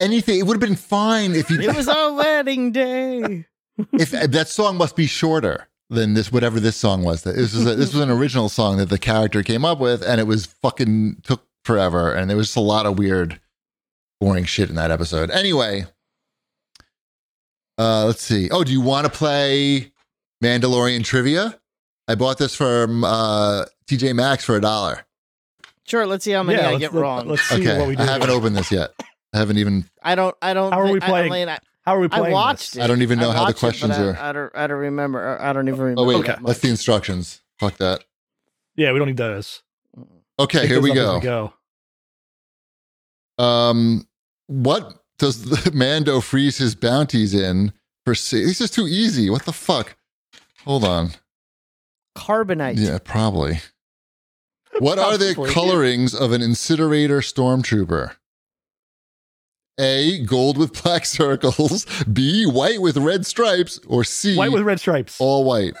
Anything it would have been fine if you
It was our wedding day.
(laughs) if that song must be shorter than this whatever this song was. That this was a, this was an original song that the character came up with, and it was fucking took forever, and there was just a lot of weird, boring shit in that episode. Anyway, uh, let's see. Oh, do you want to play Mandalorian trivia? I bought this from uh, TJ Maxx for a dollar.
Sure. Let's see how many
yeah,
I
let's-
get
let-
wrong.
Let's see
Okay,
what we do.
I haven't opened this yet. I haven't even.
(laughs)
I don't. I don't.
How are
thi-
we
I don't
playing?
really- I,
How are we
I
playing?
watched
this?
it.
I don't even know how the
watched it, but
questions
I-
are.
I don't. I don't remember. I don't even remember.
Oh wait,
Okay.
that's the instructions. Fuck that.
Yeah, we don't need those.
Okay,
Take
here
those
we
up as
go. Um, what does the (laughs) Mando freeze his bounties in for? sa- This is too easy. What the fuck? Hold on.
Carbonite.
Yeah, probably. What are the
Probably.
colorings of an incinerator stormtrooper? A gold with (laughs) black circles, B white with red stripes, or C
White with red stripes.
all white.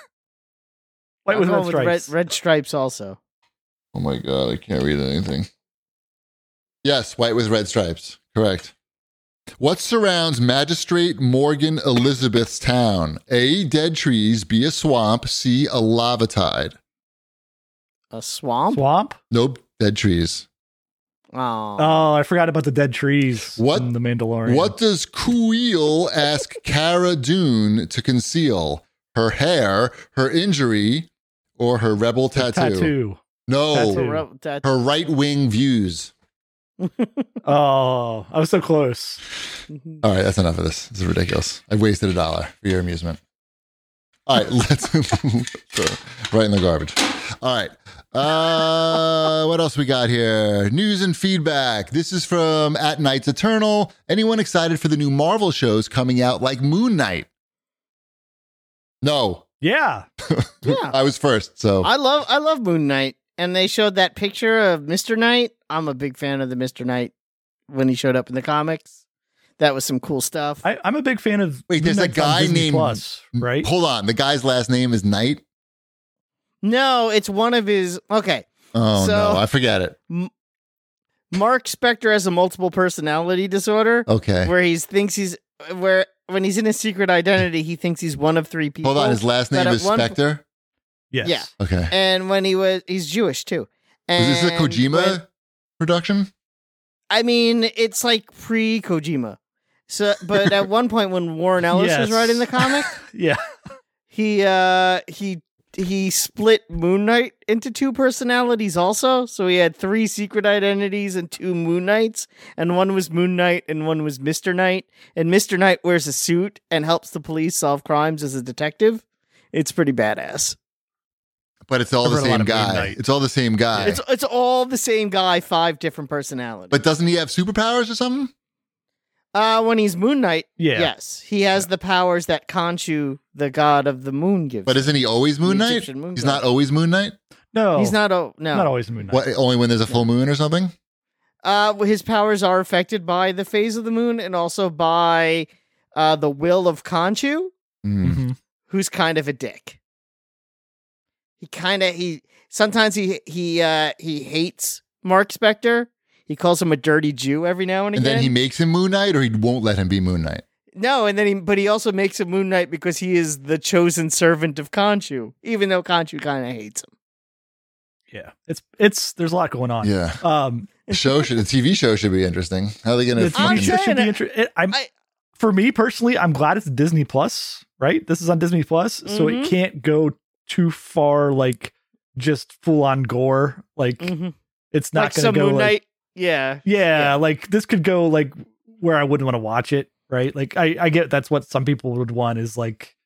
White
I'm
with
going
red stripes.
Uh, oh, Red, red stripes also.
Oh my god, I can't read anything. Yes, white with red stripes. Correct. What surrounds Magistrate Morgan Elizabeth's town? A. Dead trees. B. A swamp. C. A lava tide.
A swamp.
Swamp.
Nope. Dead trees.
Oh,
Oh, I forgot about the dead trees.
What-
From the Mandalorian.
What does Kuil ask Cara Dune to conceal? Her hair, her injury, or her rebel
The
tattoo?
tattoo.
No,
Tattoo.
her right wing views.
Oh, I was so close.
All right, that's enough of this. This is ridiculous. I wasted a dollar for your amusement. All right, (laughs) let's right in the garbage. All right, uh, what else we got here? News and feedback. This is from At Night's Eternal. Anyone excited for the new Marvel shows coming out, like Moon Knight? No,
Yeah.
(laughs) yeah.
I was first, so
I love I love Moon Knight, and they showed that picture of Mister Knight. I'm a big fan of the Mister Knight when he showed up in the comics. That was some cool stuff.
I, I'm a big fan of.
Wait, there's a
Midnight's on
guy
Disney
named-
Plus, right?
hold on. The guy's last name is Knight.
no, it's one of his. Okay,
Oh
So-
no, I forget it.
Mark Spector has a multiple personality disorder,
Okay,
where he thinks he's where when he's in his secret identity, he thinks he's one of three people.
hold on. His last
that
name
at
is
one-
Spectre.
Yes.
Yeah.
Okay.
and when he was, he's Jewish too. And
Is this a Kojima
when-
production?
I mean, it's like pre Kojima. So, but at one point when Warren Ellis was
Yes.
writing the comic,
Yeah.
he uh he he split Moon Knight into two personalities also. So he had three secret identities and two Moon Knights, and one was Moon Knight and one was Mr. Knight. And Mr. Knight wears a suit and helps the police solve crimes as a detective. It's pretty badass.
But it's all
I've
the
read a lot
same
of Moon
guy.
Knight.
It's all the same guy.
It's it's all the same guy, five different personalities.
but doesn't he have superpowers or something?
uh when he's Moon Knight,
Yeah.
yes, he has the powers that Khonshu, the god of the moon, gives.
But
him.
isn't he always Moon
The
Knight?
Egyptian moon
He's
god.
not always Moon Knight.
No.
he's not oh no
Not always Moon Knight.
What? Only when there's a full moon or something.
Uh, his powers are affected by the phase of the moon and also by uh, the will of Kanchu,
Hmm.
Mhm.
who's kind of a dick. He kind of he sometimes he he uh, he hates Mark Spector. He calls him a dirty Jew every now and
And
again.
then he makes him Moon Knight, or he won't let him be Moon Knight.
no, and then he but he also makes him Moon Knight because he is the chosen servant of Kanchu, even though Kanchu kind of hates him.
Yeah. It's it's there's a lot going on.
Yeah,
Um,
show should the TV show should be interesting. How are they
the
gonna?
I'm
TV
fucking-
show should be
saying,
inter- it, I'm,
I-
for me personally, I'm glad it's Disney Plus, right? This is on Disney Plus, so
Mhm.
it can't go too far, like just full on gore. Like it's not
Mm-hmm. Like
going
some
to go
Moon
like,
Knight, yeah.
yeah,
Yeah.
like this could go like where I wouldn't want to watch it, right? Like I, I get that's what some people would want is like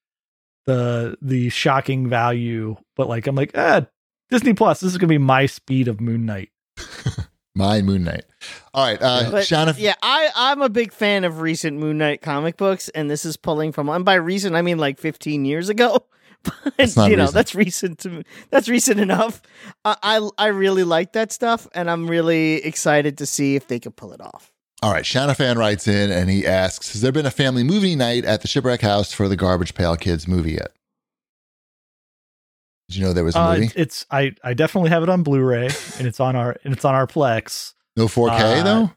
the the shocking value, but like I'm like, ah, Disney Plus, this is gonna be my speed of Moon Knight.
My Moon Knight. All right, uh,
But,
Shauna.
yeah, I I'm a big fan of recent Moon Knight comic books, and this is pulling from. And by recent, I mean like 15 years ago. (laughs) But
not
you know
recent.
that's recent to me. That's recent enough. I, I I really like that stuff, and I'm really excited to see if they can pull it off.
All right, Shanafan writes in and he asks, "Has there been a family movie night at the Shipwreck House for the Garbage Pail Kids movie yet?" Did you know there was a
Uh,
movie?
it's, it's I I definitely have it on Blu-ray and it's on our and it's on our Plex.
No 4K
uh,
though.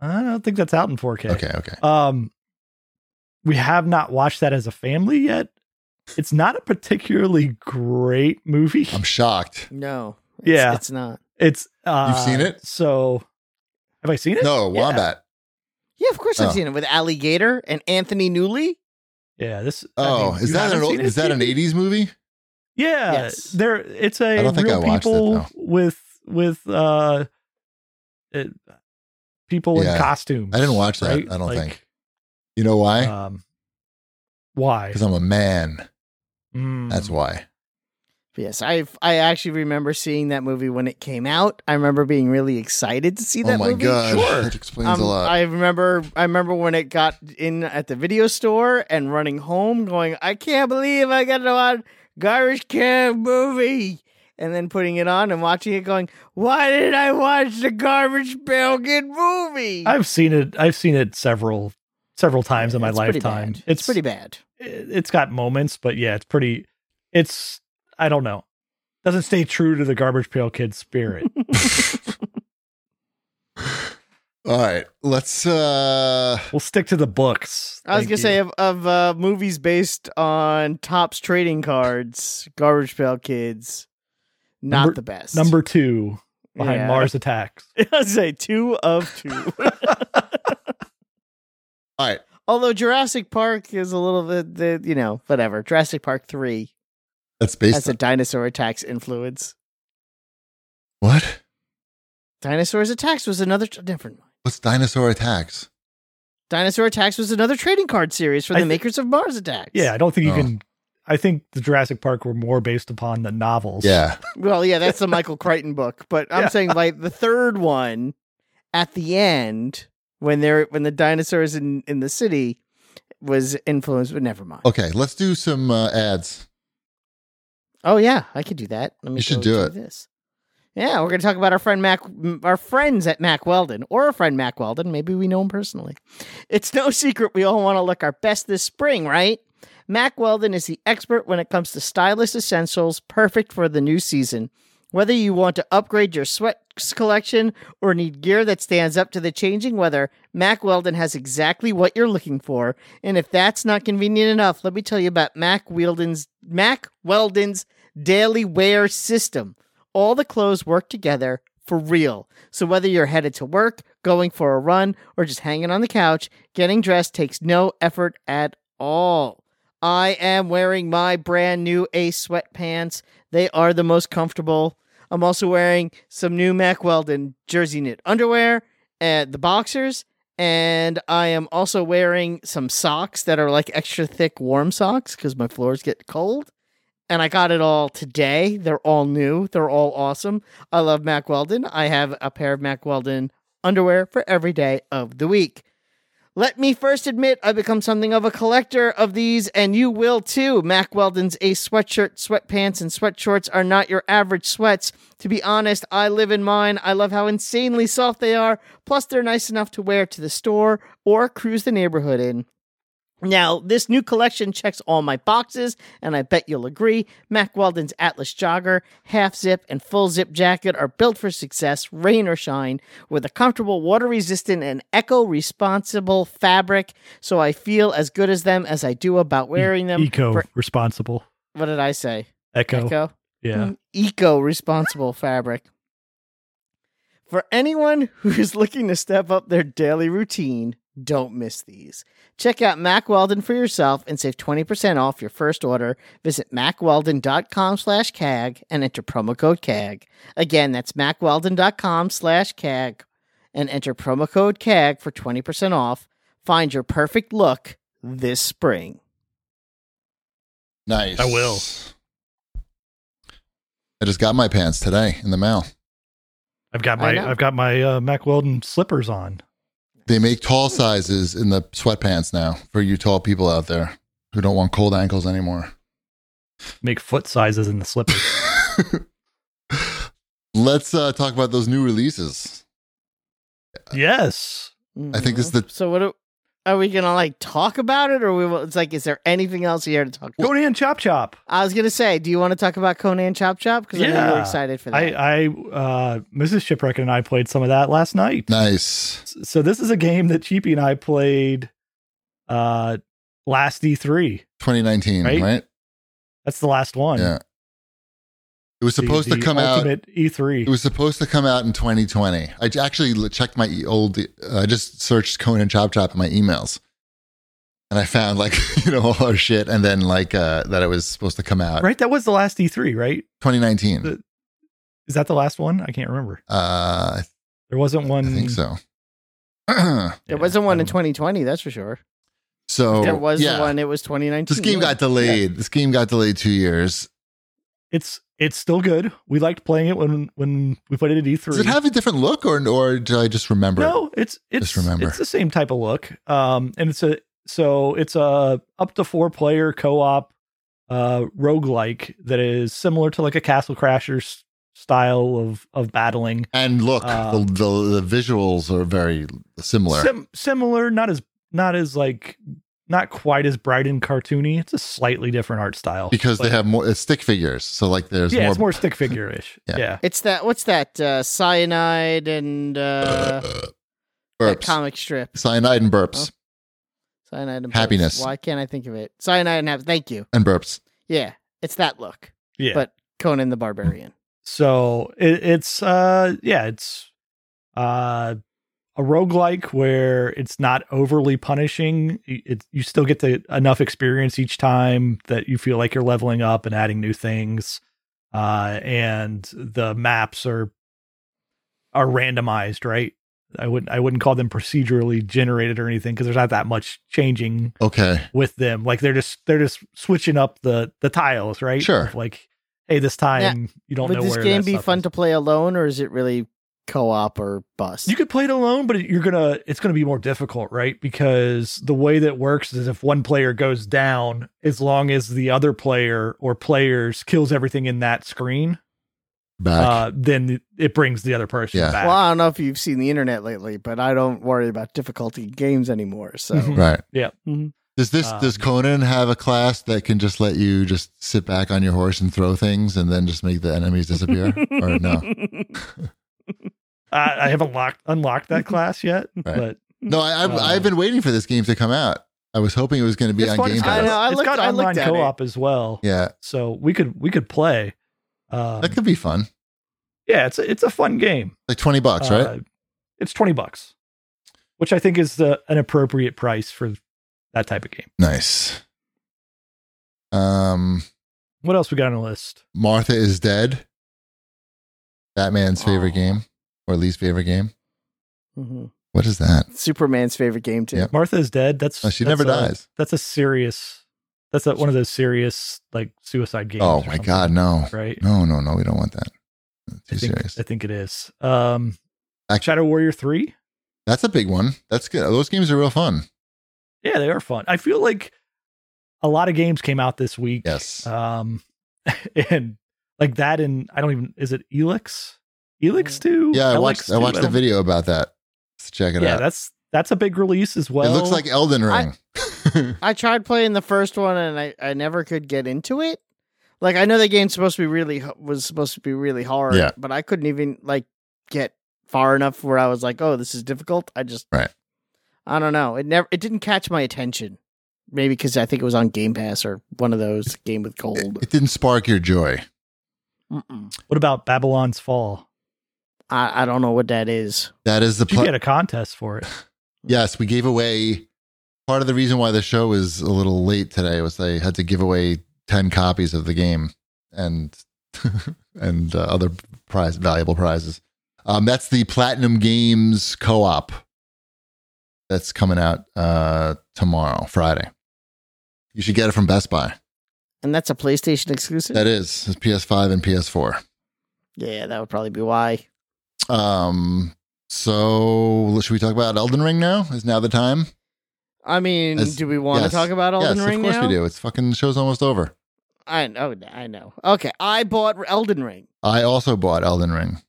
I don't think that's out in 4K.
Okay, okay.
Um, we have not watched that as a family yet. It's not a particularly great movie.
I'm shocked.
No, it's,
Yeah.
it's not.
(laughs) It's uh,
seen it?
So have I seen it? (laughs)
No,
Yeah.
Wombat.
Yeah, of course
Oh.
I've seen it with Alligator and Anthony Newley.
Yeah. This. I
Oh,
mean,
is
you
that
haven't
an old,
seen it?
is that an 80s movie?
Yeah.
Yes.
There. It's
I
a
don't think I
real
watched it,
people
though.
with with uh, it, people
Yeah.
in costumes.
I didn't watch that,
right?
I don't think. You know why?
Um, why?
Eh? Because I'm a man.
Mm.
That's why.
Yes, I I actually remember seeing that movie when it came out. I remember being really excited to see that
oh my
movie.
god,
Sure.
that explains
Um,
a lot.
I remember I remember when it got in at the video store and running home going, I can't believe I got to watch Garbage Can movie. And then putting it on and watching it going, Why did I watch the Garbage Belgian movie?
I've seen it. I've seen it several several times in my
It's pretty
lifetime.
bad. It's, pretty bad.
It's got moments, but yeah, it's pretty. It's I don't know. Doesn't stay true to the garbage pail
(laughs)
kid spirit.
All right, let's uh
we'll stick to the books.
I was gonna
Thank you.
say of, of uh, movies based on tops trading cards, Garbage Pail Kids, not
Number-
the best.
number two behind
Yeah.
Mars Attacks.
(laughs) I say two of two.
(laughs) All right.
Although Jurassic Park is a little bit, the, you know, whatever. Jurassic Park three
That's based
has a
on
dinosaur attacks influence.
what?
Dinosaurs attacks was another. Never mind.
What's dinosaur attacks?
Dinosaur attacks was another trading card series from
I
the
thi-
makers of Mars Attacks.
Yeah, I don't think you
Oh.
can. I think the Jurassic Park were more based upon the novels.
E-
Yeah.
(laughs) Well, yeah, that's the Michael Crichton book, but I'm
Yeah.
saying like the third one at the end when they're when the dinosaurs in in the city was influenced, but never mind.
Okay. Let's do some uh, ads.
Oh yeah, I could do that. Let me
You should
go
do
to
it.
This. Yeah, we're going to talk about our friend Mac, m- our friends at Mac Weldon, or our friend Mac Weldon. Maybe we know him personally. It's no (laughs) secret we all want to look our best this spring, right? Mac Weldon is the expert when it comes to stylish essentials, perfect for the new season. Whether you want to upgrade your sweats collection or need gear that stands up to the changing weather, Mac Weldon has exactly what you're looking for. And if that's not convenient enough, let me tell you about Mac Weldon's Mac Weldon's daily wear system. All the clothes work together for real. So whether you're headed to work, going for a run, or just hanging on the couch, getting dressed takes no effort at all. I am wearing my brand new Ace sweatpants. They are the most comfortable. I'm also wearing some new Mack Weldon jersey knit underwear and the boxers. And I am also wearing some socks that are like extra thick warm socks because my floors get cold. And I got it all today. They're all new. They're all awesome. I love Mack Weldon. I have a pair of Mack Weldon underwear for every day of the week. Let me first admit I've become something of a collector of these, and you will too. Mac Weldon's Ace sweatshirt, sweatpants, and sweatshorts are not your average sweats. To be honest, I live in mine. I love how insanely soft they are, plus, they're nice enough to wear to the store or cruise the neighborhood in. Now, this new collection checks all my boxes, and I bet you'll agree. Mac Weldon's Atlas Jogger, half zip, and full zip jacket are built for success, rain or shine, with a comfortable, water resistant, and eco responsible fabric. So I feel as good as them as I do about wearing them.
E- Eco
for-
responsible.
what did I say?
Echo.
Echo? Mm.
Yeah.
eco responsible fabric. For anyone (laughs) who is looking to step up their daily routine, don't miss these. Check out Mac Weldon for yourself and save 20% off your first order. Visit macweldon.com slash CAG and enter promo code CAG. Again, that's macweldon.com slash CAG and enter promo code CAG for 20% off. Find your perfect look this spring.
Nice.
I will.
I just got my pants today in the mail.
I've got
I
my
know.
I've got my uh, Mac Weldon slippers on.
They make tall sizes in the sweatpants now for you tall people out there who don't want cold ankles anymore.
Make foot sizes in the slippers.
(laughs) Let's uh, talk about those new releases.
yes.
I
Mm-hmm.
think it's the-
so what do- are we gonna like talk about it or we will, it's like is there anything else here to talk about?
Go in chop chop.
I was gonna say, do you want to talk about Conan Chop Chop? Because I know you're
Yeah.
excited for that.
I I uh, Mrs. Shipwreck and I played some of that last night.
Nice.
So this is a game that Cheapy and I played uh last E3.
2019, right?
Right? That's the last one.
Yeah. It was supposed to come out.
out E3.
It was supposed to come out in 2020. I j- actually l- checked my e- old. e- I just searched Conan Chop Chop in my emails, and I found like (laughs) you know all our shit, and then like uh, that it was supposed to come out
right, that was the last E3, right?
2019.
The- Is that the last one? I can't remember.
uh, I, th-
There wasn't one.
I think so. (clears throat)
there wasn't one in
um,
2020, that's for sure.
so
there was
Oh, yeah,
one. It was 2019.
This game
yeah.
got delayed. This game got delayed two years.
It's it's still good. We liked playing it when when we played it at E E3.
Does it have a different look, or or do I just remember? it?
No, it's it's
Just remember.
it's the same type of look. Um, and it's a so it's a up to four player co op, uh, roguelike that is similar to like a Castle Crashers style of of battling.
And look,
Uh,
the, the the visuals are very similar.
Sim- similar, not as not as like not quite as bright and cartoony. It's a slightly different art style
because they
but-
have more it's stick figures. So like there's
yeah,
more, (laughs)
it's more stick figure ish.
Yeah.
yeah.
It's that. What's that? Uh, cyanide and uh, that
burps,
comic strip.
cyanide and burps
Oh.
Cyanide and
Happiness.
Why can't I think of it? Cyanide and happiness. Thank you.
and burps.
Yeah, it's that look.
yeah.
But Conan the Barbarian.
So it, it's uh yeah, it's uh a roguelike where it's not overly punishing. It, it- you still get the enough experience each time that you feel like you're leveling up and adding new things. Uh and the maps are are randomized, right? I wouldn't I wouldn't call them procedurally generated or anything because there's not that much changing
Okay.
with them. Like they're just they're just switching up the the tiles, right?
Sure.
Like, hey, this time you don't
Would
know
this
where
game
that
be
stuff
fun
is.
to play alone, or is it really co-op or bust?
You could play it alone, but you're gonna it's gonna be more difficult, right? Because the way that works is if one player goes down, as long as the other player or players kills everything in that screen,
Back.
uh, then it brings the other person
Yeah.
back.
well, I don't know if you've seen the internet lately, but I don't worry about difficulty in games anymore. So
Mhm.
right.
yeah.
Mhm.
Does this does
Um,
Conan have a class that can just let you just sit back on your horse and throw things and then just make the enemies
(laughs)
disappear? or
(laughs)
no?
I, I haven't locked
(laughs)
unlocked that class yet, but
No, I, I've,
Uh,
I've been waiting for this game to come out. I was hoping it was going to be
it's
on
fun.
Game
It's
I
got,
know,
Pass.
I
it's
looked-
got
I looked
online
at it.
co-op as well,
Yeah,
so we could we could play. Um,
that could be fun.
yeah, it's a, it's a fun game.
Like twenty bucks, right?
Uh, It's twenty bucks, which I think is the an appropriate price for that type of game.
Nice. Um,
What else we got on the list?
Martha is dead. Batman's favorite
Oh.
Aw.
game, or least favorite game.
Mhm.
What is that?
Superman's favorite game too.
Yep.
Martha is dead. That's
Oh, she
that's
never
a-
dies.
That's a serious. That's a, one of those serious like suicide games.
Oh
or
my
something,
God, no,
Right.
no, no, no. We don't want that.
I
Too
think,
serious.
I think it is. Um,
Ac-
Shadow Warrior Three.
That's a big one. That's good. Those games are real fun.
Yeah, they are fun. I feel like a lot of games came out this week.
Yes.
Um, (laughs) and like that, and I don't even is it Elix?
Mm.
Elix two?
Yeah, I
Elix
watched. I
two?
watched the
don't-
video about that. Let's check it
yeah,
out.
that's that's a big release as well.
it looks like Elden Ring. (laughs)
I tried playing the first one and I, I never could get into it. Like I know the game's supposed to be really h- was supposed to be really hard,
Yeah.
but I couldn't even like get far enough where I was like, "Oh, this is difficult." I just
Right.
I don't know. It never it didn't catch my attention. Maybe cuz I think it was on Game Pass or one of those game with
it, (laughs)
gold.
it didn't spark your joy.
Mm-mm.
what about Babylon's Fall?
I I don't know what that is.
That is the
Did you
pl-
get a
(laughs)
contest for it?
yes. We gave away part of the reason why the show is a little late today was they had to give away ten copies of the game and (laughs) and uh, other prize valuable prizes. Um, that's the Platinum Games co-op that's coming out uh, tomorrow, Friday. You should get it from Best Buy.
And that's a PlayStation exclusive?
That is it's PS5 and PS4.
yeah, that would probably be why.
Um. So should we talk about Elden Ring now? Is now the time?
I mean,
As-
do we want
yes.
to talk about Elden
yes,
Ring
of course
now?
we do. It's fucking the show's almost over.
I know, I know. Okay, I bought Elden Ring.
I also bought Elden Ring.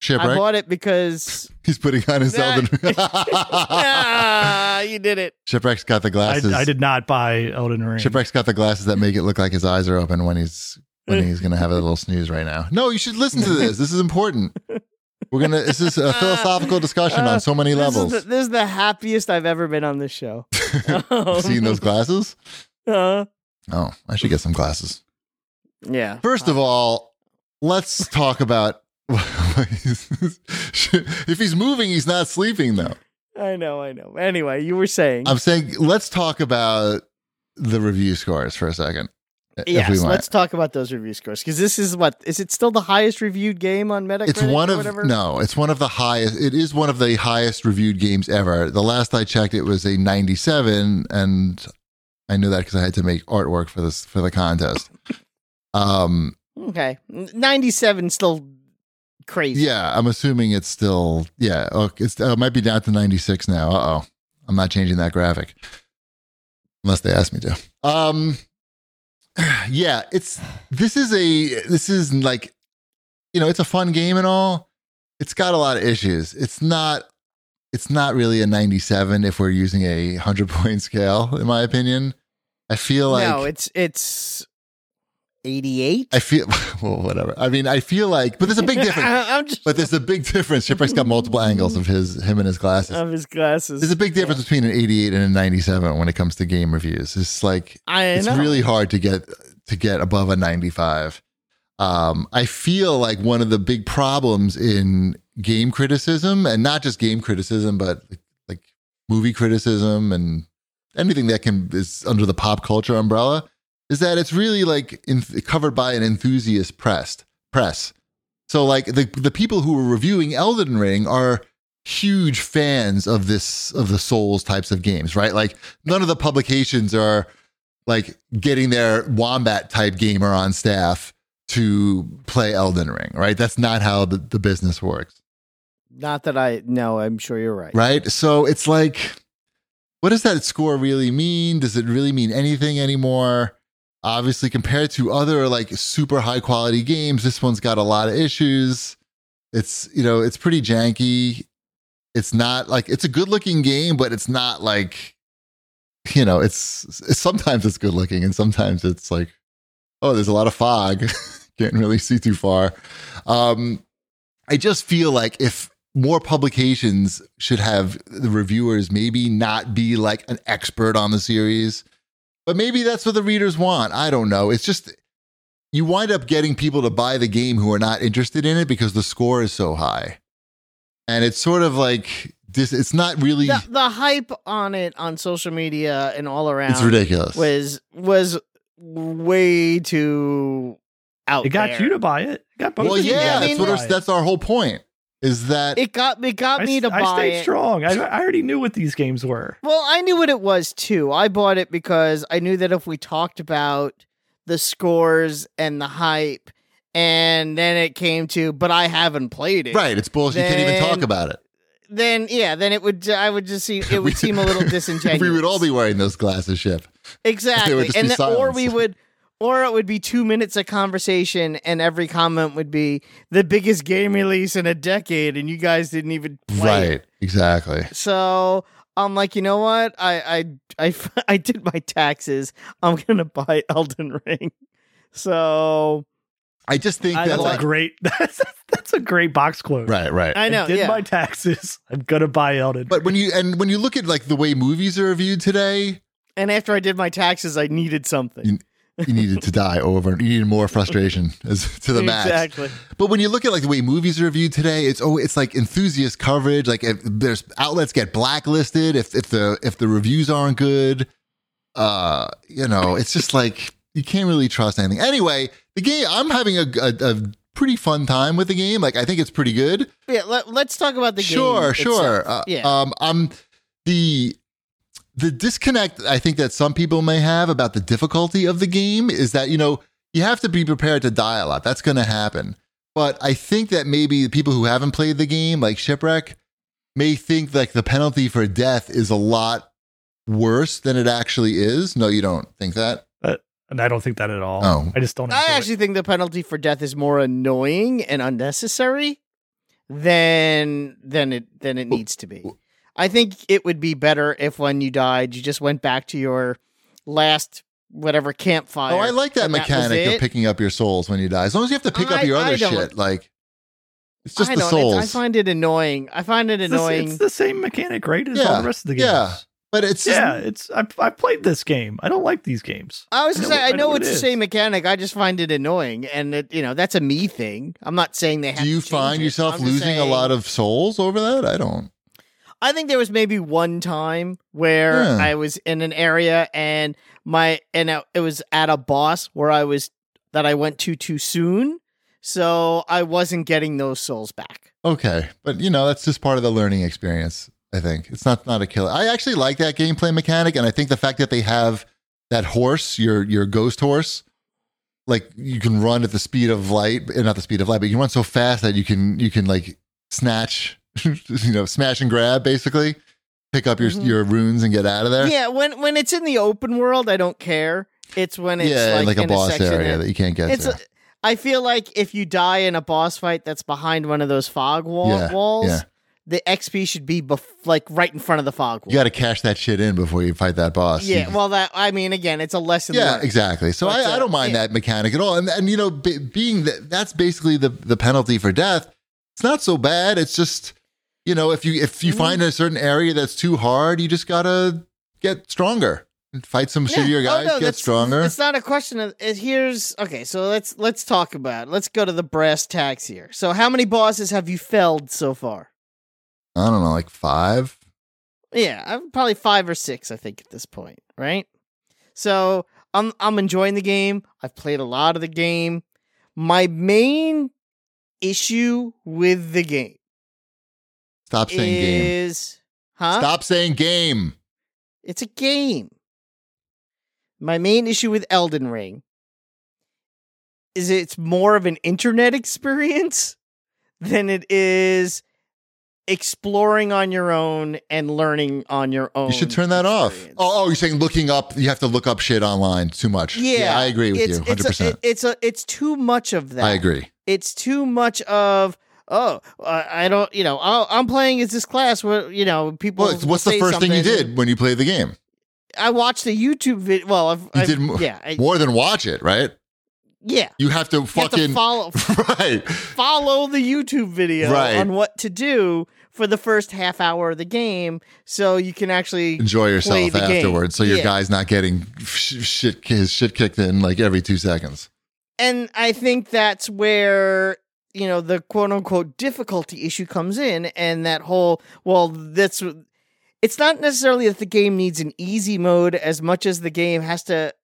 Shipwreck.
I bought it
(laughs)
because
He's putting on his Elden
(laughs)
Ring.
ah, you did it.
Shipwreck's got the
I,
glasses.
I did not buy Elden Ring.
Shipwreck's got the glasses that make it look like his eyes are open when he's when he's gonna have a little snooze right now. No, you should listen to this. This is important. We're gonna. This is a philosophical discussion on so
(laughs)
many
This is,
levels.
the, this is the happiest I've ever been on this
(laughs)
show. Um,
You've
(laughs)
Seen those glasses?
Uh,
Oh, I should get some glasses.
yeah.
First of all, let's talk about (laughs) if he's moving, he's not sleeping though.
I know, I know. Anyway, you were saying.
I'm saying let's talk about the review scores for a second. i-
yes,
if we
let's
want.
talk about those review scores because this is what is it still the highest reviewed game on Metacritic?
It's one
or
of
whatever?
no, it's one of the highest it is one of the highest reviewed games ever. The last I checked it was a 97 and I knew that cuz I had to make artwork for this for the contest. Um
Okay, ninety-seven still crazy.
Yeah, I'm assuming it's still yeah. oh, It's, oh, it might be down to 96 now. Uh oh, I'm not changing that graphic unless they ask me to. Um, (sighs) yeah, it's this is a this is like you know it's a fun game and all. It's got a lot of issues. It's not it's not really a 97 if we're using a 100 point (laughs) scale in my opinion. I feel like
no, it's it's eighty-eight.
I feel (laughs) well whatever. I mean, I feel like but there's
(laughs)
a big difference.
I'm just
But there's a big (laughs) difference. Shipwreck's got multiple angles of his him and his glasses.
of his glasses.
There's a big difference between an 88 and a 97 when it comes to game reviews. It's like
I
it's
know.
really hard to get to get above a 95. um, I feel like one of the big problems in game criticism, and not just game criticism, but like, like movie criticism and anything that can is under the pop culture umbrella, is that it's really like in, covered by an enthusiast pressed press. So like the the people who are reviewing Elden Ring are huge fans of this of the Souls types of games, right? Like none of the publications are like getting their wombat type gamer on staff to play Elden Ring, right? That's not how the, the business works,
Not that I no, I'm sure you're right.
right? So it's like, what does that score really mean? Does it really mean anything anymore? Obviously, compared to other like super high quality games, this one's got a lot of issues. It's, you know, it's pretty janky. It's not like it's a good looking game, but it's not like, you know, it's, it's sometimes it's good looking and sometimes it's like, oh, there's a lot of fog. Can't really see too far. Um, I just feel like if more publications should have the reviewers maybe not be like an expert on the series, but maybe that's what the readers want. I don't know. It's just you wind up getting people to buy the game who are not interested in it because the score is so high. And it's sort of like this it's not really
The, the hype on it on social media and all around
it's ridiculous.
was was way too out.
It got
there.
you to buy it. It got both
Well,
of you to
yeah,
buy
I
that's
it.
what our,
Buy it.
that's our whole point. Is that
It got it got
I,
me to
I
buy
stayed
it.
strong. I, I already knew what these games were.
Well, I knew what it was too. I bought it because I knew that if we talked about the scores and the hype, and then it came to, but I haven't played it.
right? It's bullshit. You can't even
Then-
talk about it.
Then, yeah, then it would. I would just
(laughs)
see. It would seem a little disingenuous.
we would all be (laughs) wearing those glasses, Ship. It would
exactly,
just
and
be
then, or we
silence.
would, or it would be two minutes of conversation, and every comment would be the biggest game release in a decade, and you guys didn't even play it.
Right. Exactly.
So I'm like, you know what? I I (laughs) I, I did my taxes. I'm gonna buy Elden Ring. So
I just think
I
(laughs) that's
That's
love-
a
like,
great. (laughs) That's that's a great box quote.
right, right.
I know,
did
yeah.
my taxes. (laughs) I'm gonna buy Elden.
but when you and when you look at like the way movies are reviewed today,
and after I did my taxes, I needed something.
You- you needed to die over. You needed more frustration as to the max.
exactly.
But when you look at like the way movies are reviewed today, it's oh, it's like enthusiast coverage. Like if there's outlets get blacklisted if if the if the reviews aren't good. Uh, you know, it's just like you can't really trust anything. Anyway, the game. I'm having a, a, a pretty fun time with the game. Like I think it's pretty good.
Yeah. Let, let's talk about the
sure,
game.
Sure,
itself.
Uh,
yeah.
Um, um, the the disconnect I think that some people may have about the difficulty of the game is that you know you have to be prepared to die a lot. That's going to happen. But I think that maybe the people who haven't played the game, like Shipwreck, may think like the penalty for death is a lot worse than it actually is. No, you don't think that.
and I don't think that at all.
Oh.
I just don't.
I
enjoy it.
actually think the penalty for death is more annoying and unnecessary than than it than it needs to be. I think it would be better if when you died, you just went back to your last whatever campfire.
Oh, I like that
and was
mechanic
it.
of picking up your souls when you die. As long as you have to pick
I-
up your
I
other
don't-
shit, like it's just
I
the
don't- it's-
souls.
I find it annoying. I find it
It's the,
annoying.
it's the same mechanic, right? As all
Yeah,
the rest of the games.
yeah. but it's just-
yeah. It's I I played this game. I don't like these games.
I was
I
gonna
know
say
what-
I
I know
know
what
it's
it
the
is.
same mechanic. I just find it annoying, and it, you know that's a me thing. I'm not saying they have.
Do you
to change
find
it.
yourself
I'm just
losing a
saying-
lot of souls over that? I don't.
I think there was maybe one time where
Yeah.
I was in an area and my and I- it was at a boss where I was that I went to too soon, so I wasn't getting those souls back.
Okay, but you know that's just part of the learning experience. I think it's not not a killer. I actually like that gameplay mechanic, and I think the fact that they have that horse, your your ghost horse, like you can run at the speed of light, eh, not the speed of light, but you can run so fast that you can you can like snatch, (laughs) you know, smash and grab, basically, pick up your
Mhm.
your runes and get out of there.
Yeah, when when it's in the open world, I don't care. It's when it's
yeah,
like,
like, a
in
boss
section
area
that-
that you can't get
it's.
to.
a- I feel like if you die in a boss fight that's behind one of those fog wall-
Yeah,
walls,
yeah.
the XP should be bef- like right in front of the fog wall.
you got to cash that shit in before you fight that boss. You
yeah, well, that I mean, again, it's a lesson.
yeah
learned.
exactly so
But,
I, I
uh,
don't mind
yeah.
that mechanic at all and, and you know be, being that that's basically the, the penalty for death it's not so bad it's just you know if you if you
Mhm.
find a certain area that's too hard you just gotta get stronger Fight some shittier
Yeah. Oh,
guys,
no,
get
that's-
stronger.
It's not a question of it, here's okay. So let's let's talk about. Let's go to the brass tacks here. So how many bosses have you felled so far?
I don't know, like five.
Yeah, I'm probably five or six. I think at this point, right? So I'm I'm enjoying the game. I've played a lot of the game. My main issue with the game
Stop saying game.
is huh?
Stop saying game.
It's a game. My main issue with Elden Ring is it's more of an internet experience than it is exploring on your own and learning on your own.
You should turn that off.
experience.
Oh, oh, you're saying looking up, you have to look up shit online too much.
Yeah,
I agree with
it's,
you
it's
100%.
A, it- it's a it's too much of that.
I agree.
It's too much of oh uh, I don't you know oh, I'm playing as this class where you know people.
Well, it's, what's the
say
first thing you
something.
did when you played the game?
I watched a YouTube video. Well, I've, I've
did mo-
yeah I,
More than watch it, right?
yeah.
You have to
You have to
fucking.
follow
(laughs) right.
follow the YouTube video
Right.
on what to do for the first half hour of the game, so you can actually
Enjoy yourself
the game.
afterwards so your
Yeah.
guy's not getting sh- shit, his shit kicked in like every two seconds.
and I think that's where you know the quote unquote difficulty issue comes in, and that whole well, that's it's not necessarily that the game needs an easy mode as much as the game has to.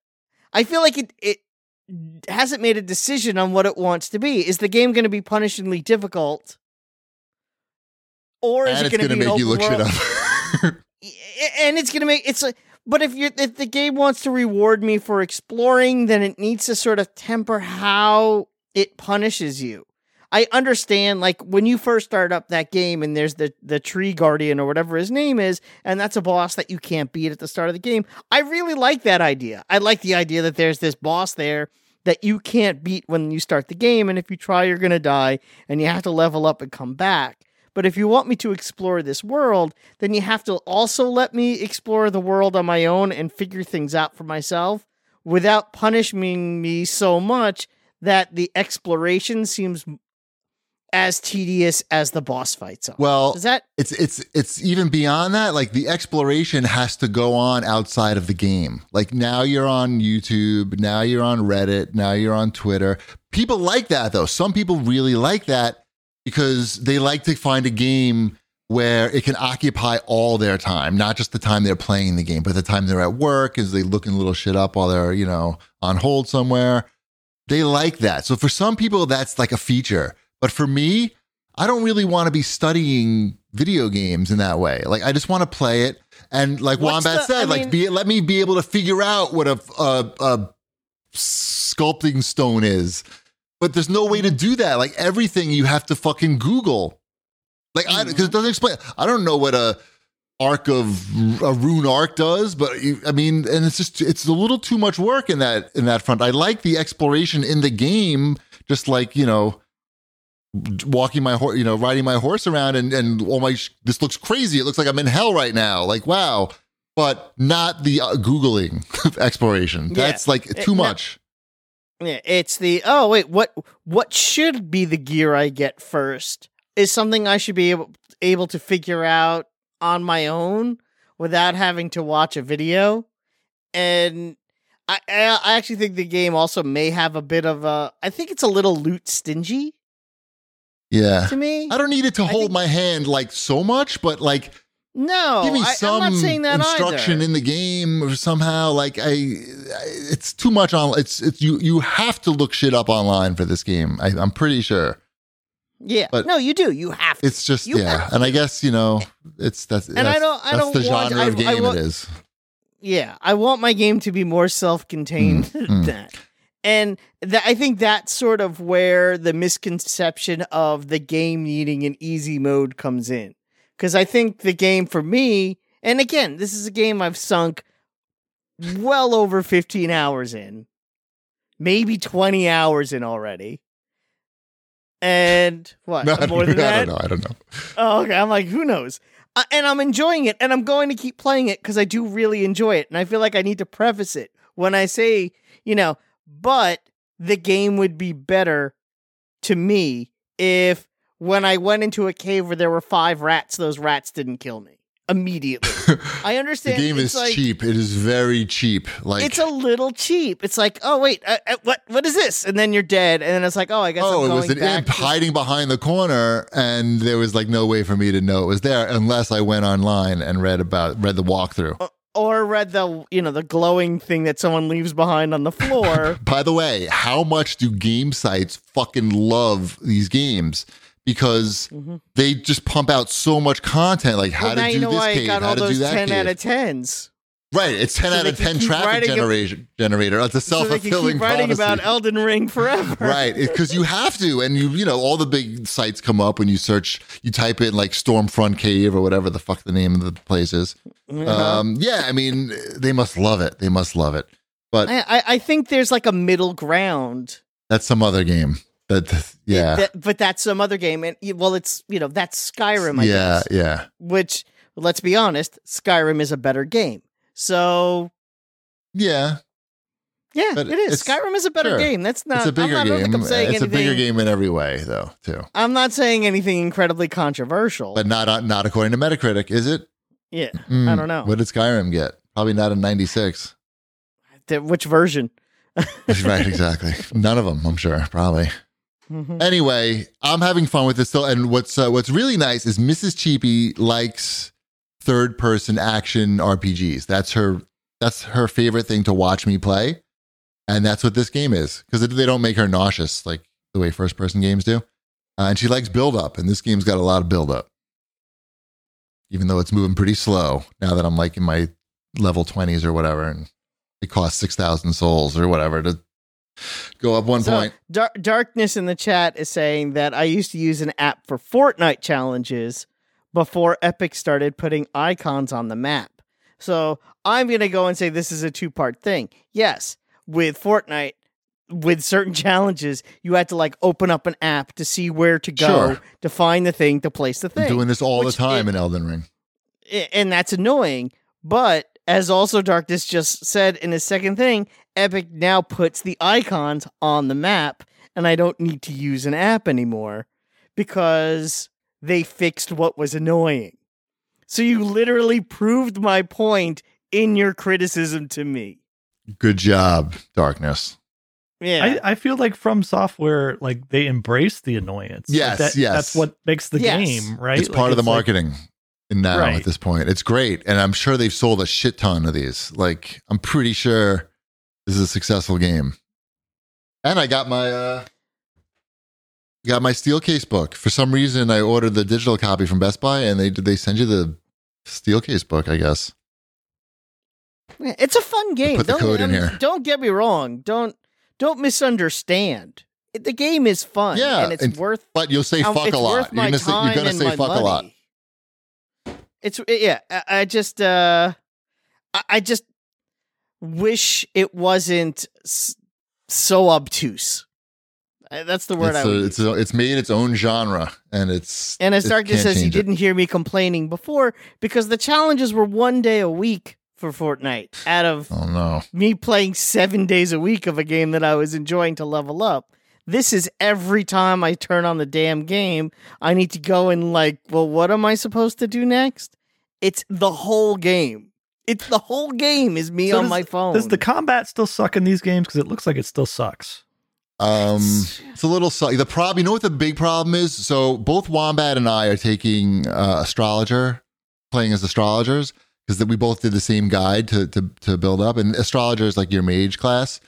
I feel like it it hasn't made a decision on what it wants to be. Is the game going to be punishingly difficult, or is
And
it
it's
going to
going to make you look
world?
shit up. (laughs)
I- and it's gonna make it's like but if you if the game wants to reward me for exploring then it needs to sort of temper how it punishes you i understand like when you first start up that game and there's the the tree guardian or whatever his name is and that's a boss that you can't beat at the start of the game i really like that idea i like the idea that there's this boss there that you can't beat when you start the game and if you try you're gonna die and you have to level up and come back but if you want me to explore this world, then you have to also let me explore the world on my own and figure things out for myself without punishing me so much that the exploration seems as tedious as the boss fights are.
well,
Does that
it's it's it's even beyond that like the exploration has to go on outside of the game like now you're on youtube now you're on reddit now you're on twitter people like that though some people really like that because they like to find a game where it can occupy all their time not just the time they're playing the game but the time they're at work is they looking little shit up while they're you know on hold somewhere they like that so for some people that's like a feature but for me I don't really want to be studying video games in that way. Like I just want to play it and like
What's
Wombat
the-
said,
I
like
mean-
be let me be able to figure out what a, a a sculpting stone is. But there's no way to
Mm-hmm.
do that. Like everything you have to fucking Google. Like I
Mm-hmm.
because it doesn't explain. I don't know what a arc of a rune arc does, but you- I mean, and it's just it's a little too much work in that in that front. I like the exploration in the game, just like you know walking my horse, you know, riding my horse around and and oh my, sh- this looks crazy. It looks like I'm in hell right now. Like wow, but not the uh, googling (laughs) exploration.
Yeah.
That's like too
no.
much.
Yeah, it's the oh wait, what what should be the gear I get first is something I should be able able to figure out on my own without having to watch a video. And I I I actually think the game also may have a bit of a I think it's a little loot stingy
Yeah,
to me.
I don't need it to
I
hold
think-
my hand like so much, but like
No,
give me
I,
some
am not saying that
instruction
either.
in the game or somehow like I, I it's too much on it's it's you you have to look shit up online for this game I, i'm pretty sure
yeah,
but
no, you do. You have to.
it's just
You
yeah
have
and i guess you know it's that's
I
that's,
don't- I
that's
don't
the
want-
genre of
I- I
game
want-
it is
yeah, I want my game to be more self-contained (laughs) than
mm.
that. And tha I think that's sort of where the misconception of the game needing an easy mode comes in. Cuz I think the game for me, and again, this is a game I've sunk well over 15 hours in. Maybe 20 hours in already. And what?
(laughs) no, I, don't,
more than
I
that?
don't know i don't know
Oh, okay. I'm like, who knows? Uh, and I'm enjoying it, and I'm going to keep playing it because I do really enjoy it. And I feel like I need to preface it when I say, you know, but the game would be better to me if when I went into a cave where there were five rats, those rats didn't kill me. immediately.
(laughs)
I
The
understand
game
it's
is
like,
cheap. It is very cheap. Like
it's a little cheap. It's like, oh wait, uh, uh, what what is this? And then you're dead. And then it's like, oh, I guess.
oh,
I'm
it was
going
an
back
imp
to-
hiding behind the corner, and there was like no way for me to know it was there unless I went online and read about read the walkthrough.
Oh. or read the you know the glowing thing that someone leaves behind on the
(laughs)
floor.
By the way, how much do game sites fucking love these games? Because
Mhm.
they just pump out so much content, like how
well, now
to
you
do
know
this
why
cave,
I got
how
all
to do
those
that
ten
cave.
out of tens.
right, it's ten
so
out
they
of
can
ten
keep
traffic
writing ab-
generation generator. It's a
So
self
they can
fulfilling
keep writing about
prophecy.
Elden Ring forever.
Right, because you have to, and you you know all the big sites come up when you search. You type in like Stormfront Cave or whatever the fuck the name of the place is.
Uh-huh.
Um, yeah, I mean they must love it. They must love it. But
I, I I think there's like a middle ground.
that's some other game. That yeah,
That- but that's some other game, and well, it's you know that's Skyrim. I
yeah,
guess,
yeah.
which let's be honest, Skyrim is a better game. So
Yeah,
yeah,
But
it is.
it's-
Skyrim is a better
sure.
game. That's not.
it's a
I'm
bigger
not, I don't
game.
think I'm
It's
saying
a bigger
anything-
game in every way, though, too.
I'm not saying anything incredibly controversial.
But not uh, not according to Metacritic, is it?
yeah,
Mm,
I don't know.
What did Skyrim get? Probably not a 96.
Th- which version?
(laughs) right, exactly. None of them, I'm sure. Probably. Mm-hmm.
Mhm.
Anyway, I'm having fun with this still, and what's uh, what's really nice is Mrs. Cheapy likes third person action RPGs. That's her that's her favorite thing to watch me play, and that's what this game is because they don't make her nauseous like the way first person games do. Uh, and she likes build up, and this game's got a lot of build up, even though it's moving pretty slow now that I'm like in my level twenties or whatever, and it costs six thousand souls or whatever to go up one
So,
point.
Dar- darkness in the chat is saying that I used to use an app for Fortnite challenges before Epic started putting icons on the map. So I'm going to go and say this is a two part thing. Yes, with Fortnite, with certain (laughs) challenges, you had to like open up an app to see where to go,
Sure.
to find the thing, to place the
I'm
thing.
doing this all the
which
time
it-
in Elden Ring.
I- and that's annoying. But as also Darkness just said in his second thing, Epic now puts the icons on the map, and I don't need to use an app anymore because they fixed what was annoying. So you literally proved my point in your criticism to me.
Good job, Darkness.
Yeah.
I, I feel like from software, like they embrace the annoyance. Like,
Yes,
that-
yes.
That's what makes the
Yes.
game, right?
it's part of
Like,
the
like-
marketing now at
Right.
this point. It's great. And I'm sure they've sold a shit ton of these. Like, I'm pretty sure this is a successful game. And I got my uh got my steel case book. For some reason I ordered the digital copy from Best Buy and they did they send you the steel case book, I guess.
it's a fun game.
put the
don't,
code in
I mean,
here.
Don't get me wrong. Don't don't misunderstand. It- the game is fun.
Yeah,
and it's
and
worth
But you'll say
Um,
fuck
it's
a lot.
worth
You're
my
gonna say, you're
time
gonna
and
say
my
fuck a lot.
money. It's eh, yeah. I, I just uh, I, I just wish it wasn't s- so obtuse. I, that's the word
It's,
I would
a-
use.
it's, a- it's made its own genre and it's
and as
it
Darkness says,
can't
he
change it.
didn't hear me complaining before because the challenges were one day a week for Fortnite out of
Oh no.
me playing seven days a week of a game that I was enjoying to level up. This is every time I turn on the damn game, I need to go and like, well, what am I supposed to do next? It's the whole game. It's the whole game is me
So
on
does-
my phone.
Does the combat still suck in these games? Because it looks like it still sucks.
Um, it's a little sucky. The problem, you know what the big problem is? So both Wombat and I are taking uh, astrologer, playing as astrologers, because we both did the same guide to, to, to build up. And astrologer is like your mage class.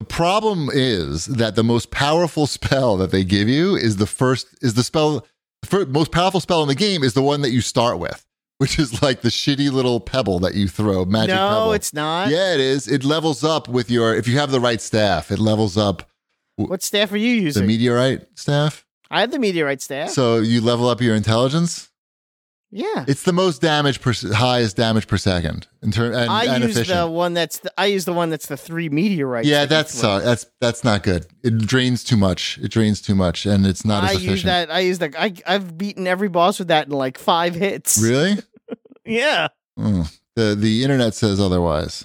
The problem is that the most powerful (laughs) spell that they give you is the first, is the spell, the fir- most powerful spell in the game is the one that you start with, which is like the shitty little pebble that you throw,
no,
magic pebble.
it's not.
yeah, it is. It levels up with your, if you have the right staff, it levels up
What staff are you
the
using?
meteorite staff.
I have the meteorite staff.
So you level up your intelligence.
yeah.
It's the most damage per highest damage per second in term and,
I
and
use the
efficient.
one that's the, I use the one that's the three meteorites.
yeah,
that you
that's
throw.
uh, that's that's not good. It drains too much. It drains too much, and it's not
I
as
use
efficient.
that. I use the. I I've beaten every boss with that in like five hits.
Really?
Yeah.
Mm. The the internet says otherwise.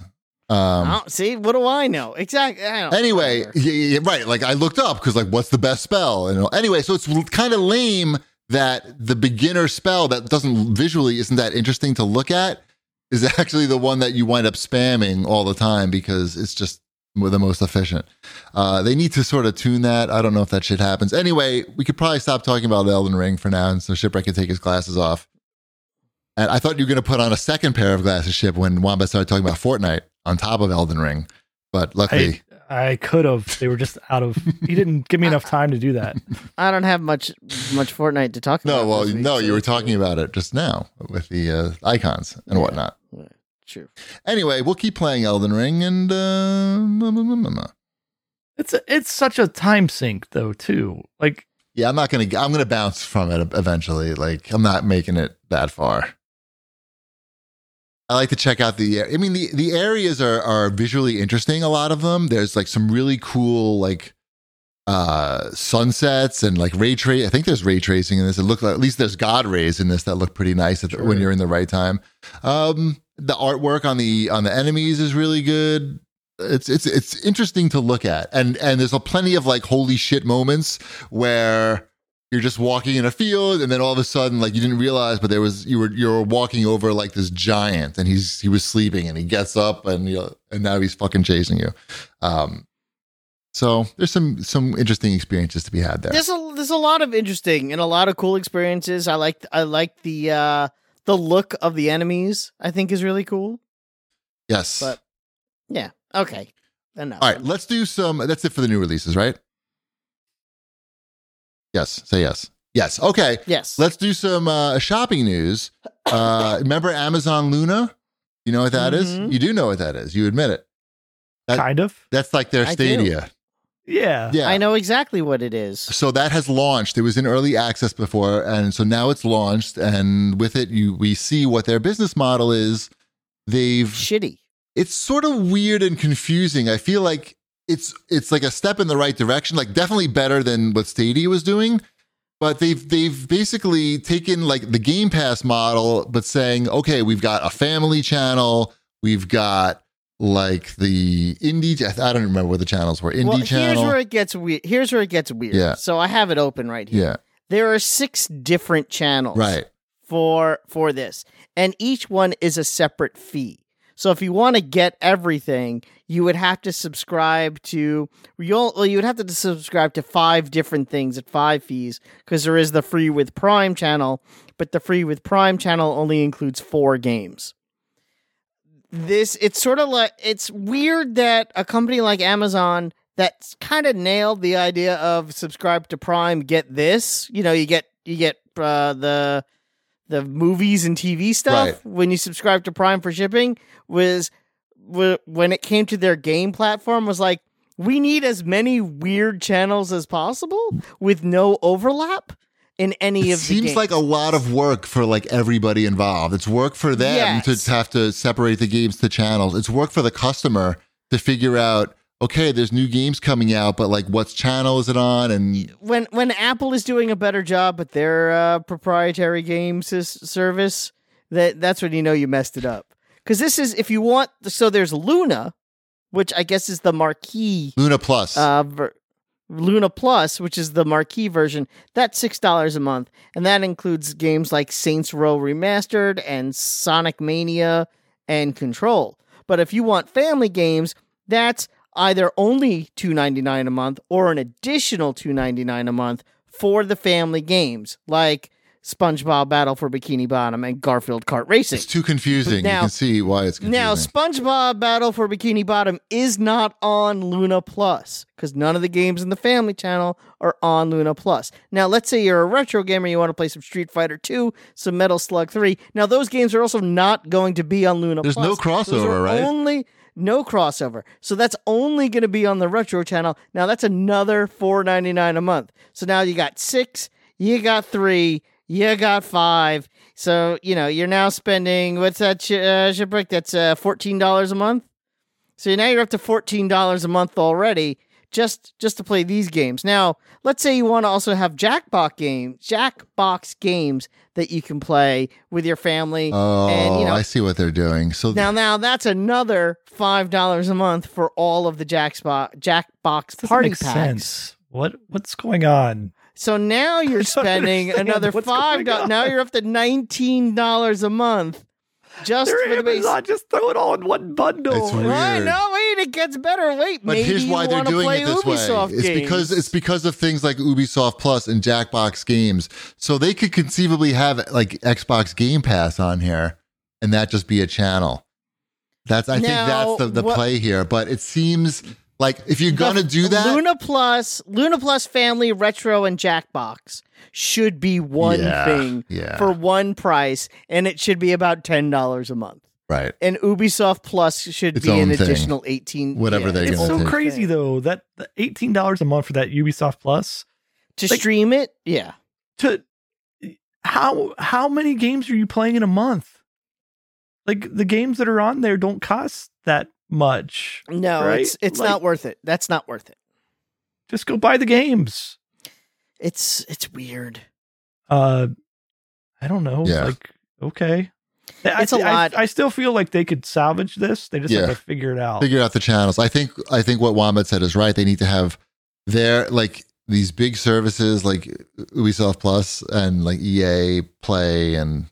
Um,
Oh, see, what do I know? Exactly. I don't,
anyway,
whatever.
yeah, yeah, yeah, right. Like I looked up because like, what's the best spell? And anyway, so it's kind of lame that the beginner spell that doesn't visually isn't that interesting to look at is (laughs) actually the one that you wind up spamming all the time because it's just the most efficient. Uh, they need to sort of tune that. I don't know if that shit happens. Anyway, we could probably stop talking about Elden Ring for now, and so Shipwreck can take his glasses off. And I thought you were going to put on a second pair of glasses, Ship, when Wamba started talking about Fortnite on top of Elden Ring. But luckily,
I, I could have. They were just out of. He didn't give me enough time to do
(laughs)
that.
I don't have much much Fortnite to talk about.
no, well,
this week,
no,
so-
you were talking about it just now with the uh, icons and
Yeah.
whatnot.
Yeah, True.
Anyway, we'll keep playing Elden Ring and. Uh, mm, mm, mm, mm.
It's a, it's such a time sink though too. Like
yeah, I'm not gonna. I'm gonna bounce from it e, eventually. Like I'm not making it that far. I like to check out the. I mean, the the areas are are visually interesting. A lot of them. There's like some really cool like uh sunsets and like ray trace. I think there's ray tracing in this. It looked like at least there's god rays in this that look pretty nice if, when
Sure.
you're in the right time. Um, the artwork on the on the enemies is really good. It's it's it's interesting to look at, and and there's a plenty of like holy shit moments where you're just walking in a field and then all of a sudden like you didn't realize but there was you were you were walking over like this giant and he's he was sleeping and he gets up and you know, and now he's fucking chasing you um so there's some some interesting experiences to be had there
There's a there's a lot of interesting and a lot of cool experiences. I like I like the uh the look of the enemies. I think is really cool.
yes
but- um, Yeah. Okay. Enough.
all right let's do some that's it for the new releases right yes say yes yes okay
Yes.
let's do some uh shopping news
(laughs)
uh remember amazon luna you know what that is?
Mhm.
you do know what that is you admit it That-
kind of.
that's like their
I do. Uh,
stadia
Yeah.
yeah
I know exactly what it is.
So that has launched. It was in early access before, and so now it's launched. And with it, you we see what their business model is. They've
Shitty.
it's sort of weird and confusing. I feel like it's it's like a step in the right direction. Like definitely better than what Stadia was doing. But they've they've basically taken like the Game Pass model, but saying, okay, we've got a family channel, we've got like the indie. I don't remember what the channels were. Indie
well,
channel.
here's where it gets weird. Here's where it gets weird.
Yeah.
So I have it open right here.
yeah,
There are six different channels.
right.
for for this and each one is a separate fee so if you want to get everything you would have to subscribe to you'll well, you would have to subscribe to five different things at five fees because there is the free with prime channel but the free with prime channel only includes four games this it's sort of like it's weird that a company like amazon that's kind of nailed the idea of subscribe to prime get this you know you get you get uh, the the movies and tv stuff
Right.
when you subscribe to prime for shipping was wh- when it came to their game platform was like we need as many weird channels as possible with no overlap in any
it
of the
seems
games.
like a lot of work for like everybody involved it's work for them
Yes.
to have to separate the games to channels it's work for the customer to figure out okay there's new games coming out but like what's channel is it on and
when when Apple is doing a better job at their uh, proprietary game sys- service, that that's when you know you messed it up. Because this is if you want. So there's Luna, which I guess is the marquee
luna plus
uh, ver- Luna Plus, which is the marquee version, that's six dollars a month, and that includes games like Saints Row Remastered and Sonic Mania and Control. But if you want family games, that's either only two ninety nine a month or an additional two ninety nine a month for the family games like SpongeBob Battle for Bikini Bottom and Garfield Kart Racing.
it's too confusing you
now-
can see why it's confusing
Now, SpongeBob Battle for Bikini Bottom is not on Luna Plus because none of the games in the Family Channel are on Luna Plus. Now, let's say you're a retro gamer, you want to play some Street Fighter 2, some Metal Slug 3. Now, those games are also not going to be on Luna
There's
Plus.
no
Those are
crossover, right?
Only no crossover. So that's only going to be on the retro channel. Now that's another 4.99 a month. So now you got 6, you got 3, you got 5. So, you know, you're now spending what's that sh- uh, shipwreck that's uh, $14 a month. So now you're up to $14 a month already just just to play these games. Now, let's say you want to also have Jackbox games, Jackbox games that you can play with your family
oh
and you know
i see what they're doing so
now, now that's another five dollars a month for all of the Jackspot Jackbox
Doesn't
party
make
packs.
sense. What what's going on?
So
(laughs)
now you're spending
understand
another
what's
five
going
dollars.
on.
Now you're up to nineteen dollars a month just
They're
for the base.
Amazon. Just throw it all in one bundle.
It's weird.
Well, no, wait, it gets better. Wait,
But
maybe
here's why
you
they're
want to
doing
play
it this
Ubisoft
way. It's because
games.
it's because of things like Ubisoft Plus and Jackbox Games. So they could conceivably have like Xbox Game Pass on here, and that just be a channel. That's I
Now,
think that's the, the
what-
play here. But it seems like if you're gonna do that,
Luna Plus, Luna Plus Family Retro and Jackbox should be one
Yeah,
thing
yeah.
for one price, and it should be about ten dollars a month.
right?
And Ubisoft Plus should
Its
be an
own thing.
additional eighteen.
Whatever they're
It's
gonna
so
take.
crazy though that the eighteen dollars a month for that Ubisoft Plus
to
Like-
stream it. Yeah,
to how how many games are you playing in a month? Like the games that are on there don't cost that much.
no,
Right?
it's it's
Like-
not worth it. That's not worth it.
Just go buy the games.
It's it's weird.
Uh, I don't know.
Yeah.
Like okay,
It's a
I- I-
lot.
I, still feel like they could salvage this. They just
Yeah.
have to figure it
Oh.
out.
Figure out the channels. I think I think what Wombat said is right. They need to have their like these big services like Ubisoft Plus and like EA Play and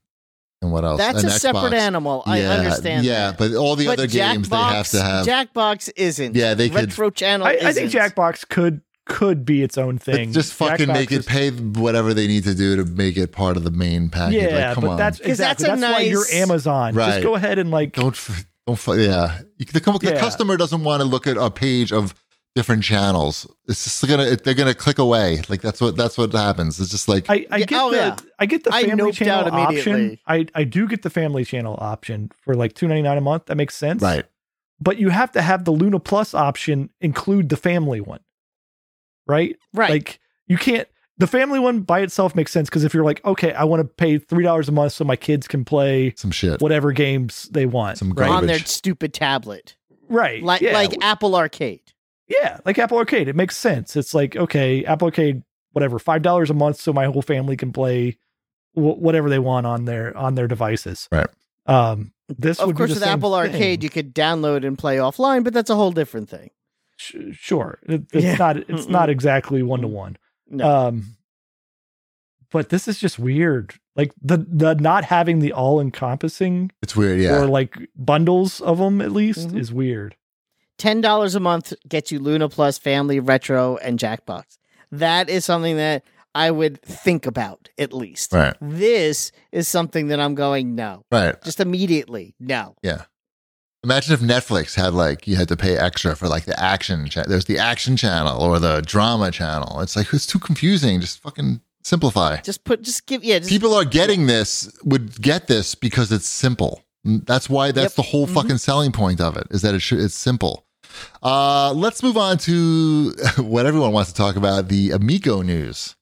and what else?
That's
and
a separate
Xbox.
animal. I understand.
Yeah,
that.
but all the other games they have to have.
Jackbox isn't.
Yeah, they could-
Retro Channel.
I, I think
isn't.
Jackbox could could be its own
but
thing.
just fucking
Jackbox
make it
is-
pay whatever they need to do to make it part of the main package.
Yeah,
Uh, like, come
but
on.
that's
'Cause that's
exactly
a
that's, why you're
nice-
Amazon.
Right.
Just go ahead and like
don't f- don't f- yeah. You- The, com- the
Yeah.
customer doesn't want to look at a page of different channels. It's just gonna they're gonna click away. Like that's what that's what happens. It's just like
I, I
Yeah,
get
oh,
the
yeah.
I get the
I
family
noped
channel
out
option.
immediately.
I, I do get the family channel option for like two ninety nine a month. That makes sense.
right.
But you have to have the Luna Plus option include the family one. Right?
Right.
Like you can't the family one by itself makes sense because if you're like, okay, I want to pay three dollars a month so my kids can play
Some shit.
whatever games they want.
Some
right?
on their
garbage.
stupid tablet,
right.
like
yeah.
like Apple Arcade.
Yeah, like Apple Arcade. It makes sense. It's like, okay, Apple Arcade, whatever, five dollars a month, so my whole family can play wh- whatever they want on their on their devices.
Right.
Um, this
Of
would be
course,
the
with
same
Apple
thing.
Arcade, you could download and play offline, but that's a whole different thing.
Sh- sure, It- it's
Yeah.
not it's
Mm-mm.
not exactly one to one.
No,
Um, but this is just weird. Like the the not having the all encompassing
It's weird. Yeah.
or like bundles of them at least
Mhm.
is weird.
ten dollars a month gets you Luna Plus, Family Retro, and Jackbox. That is something that I would think about at least.
Right.
This is something that I'm going no,
Right.
just immediately no.
Imagine if Netflix had like you had to pay extra for like the action. Cha- There's the action channel or the drama channel. It's like it's too confusing. Just fucking simplify.
Just put, just give, yeah, just
People are getting this would get this because it's simple. Mm, That's why that's
Yep.
the whole
Mm-hmm.
Mhm.
fucking selling point of it is that it should, it's simple. Uh, let's move on to (laughs) what everyone wants to talk about: the Amico news.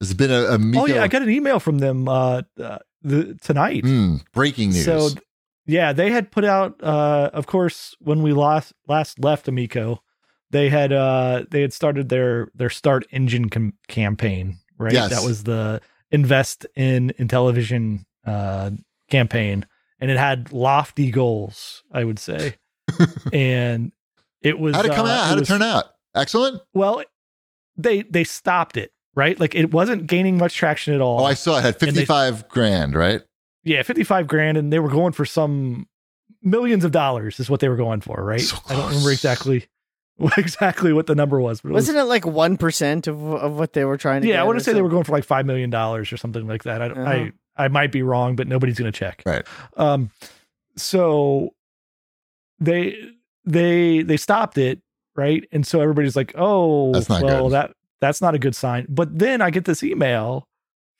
There's been a Amico
Oh yeah, I got an email from them uh, uh the, tonight.
Mm, breaking news.
So th- yeah, they had put out uh of course when we last last left Amico, they had uh they had started their their start engine com- campaign, right?
Yes.
That was the invest in in television uh campaign and it had lofty goals, I
(laughs)
would say. and it was
How'd it come
uh,
out? How'd it
was-
turn out? Excellent.
Well, they they stopped it, right? Like it wasn't gaining much traction at all.
Oh, I saw it had
And they-
55 grand, right?
yeah, 55 grand, and they were going for some millions of dollars is what they were going for, right?
So
I don't
close.
remember exactly (laughs) exactly what the number was, but it was,
Wasn't it like one percent of of what they were trying to?
yeah, I
get
want
or
to say they were
something?
going for like five million dollars or something like that. I, don't
Uh-huh.
I I might be wrong, but nobody's gonna check.
Right.
Um, so they they they stopped it, right? And so everybody's like, oh,
That's not
well
good.
that that's not a good sign. But then I get this email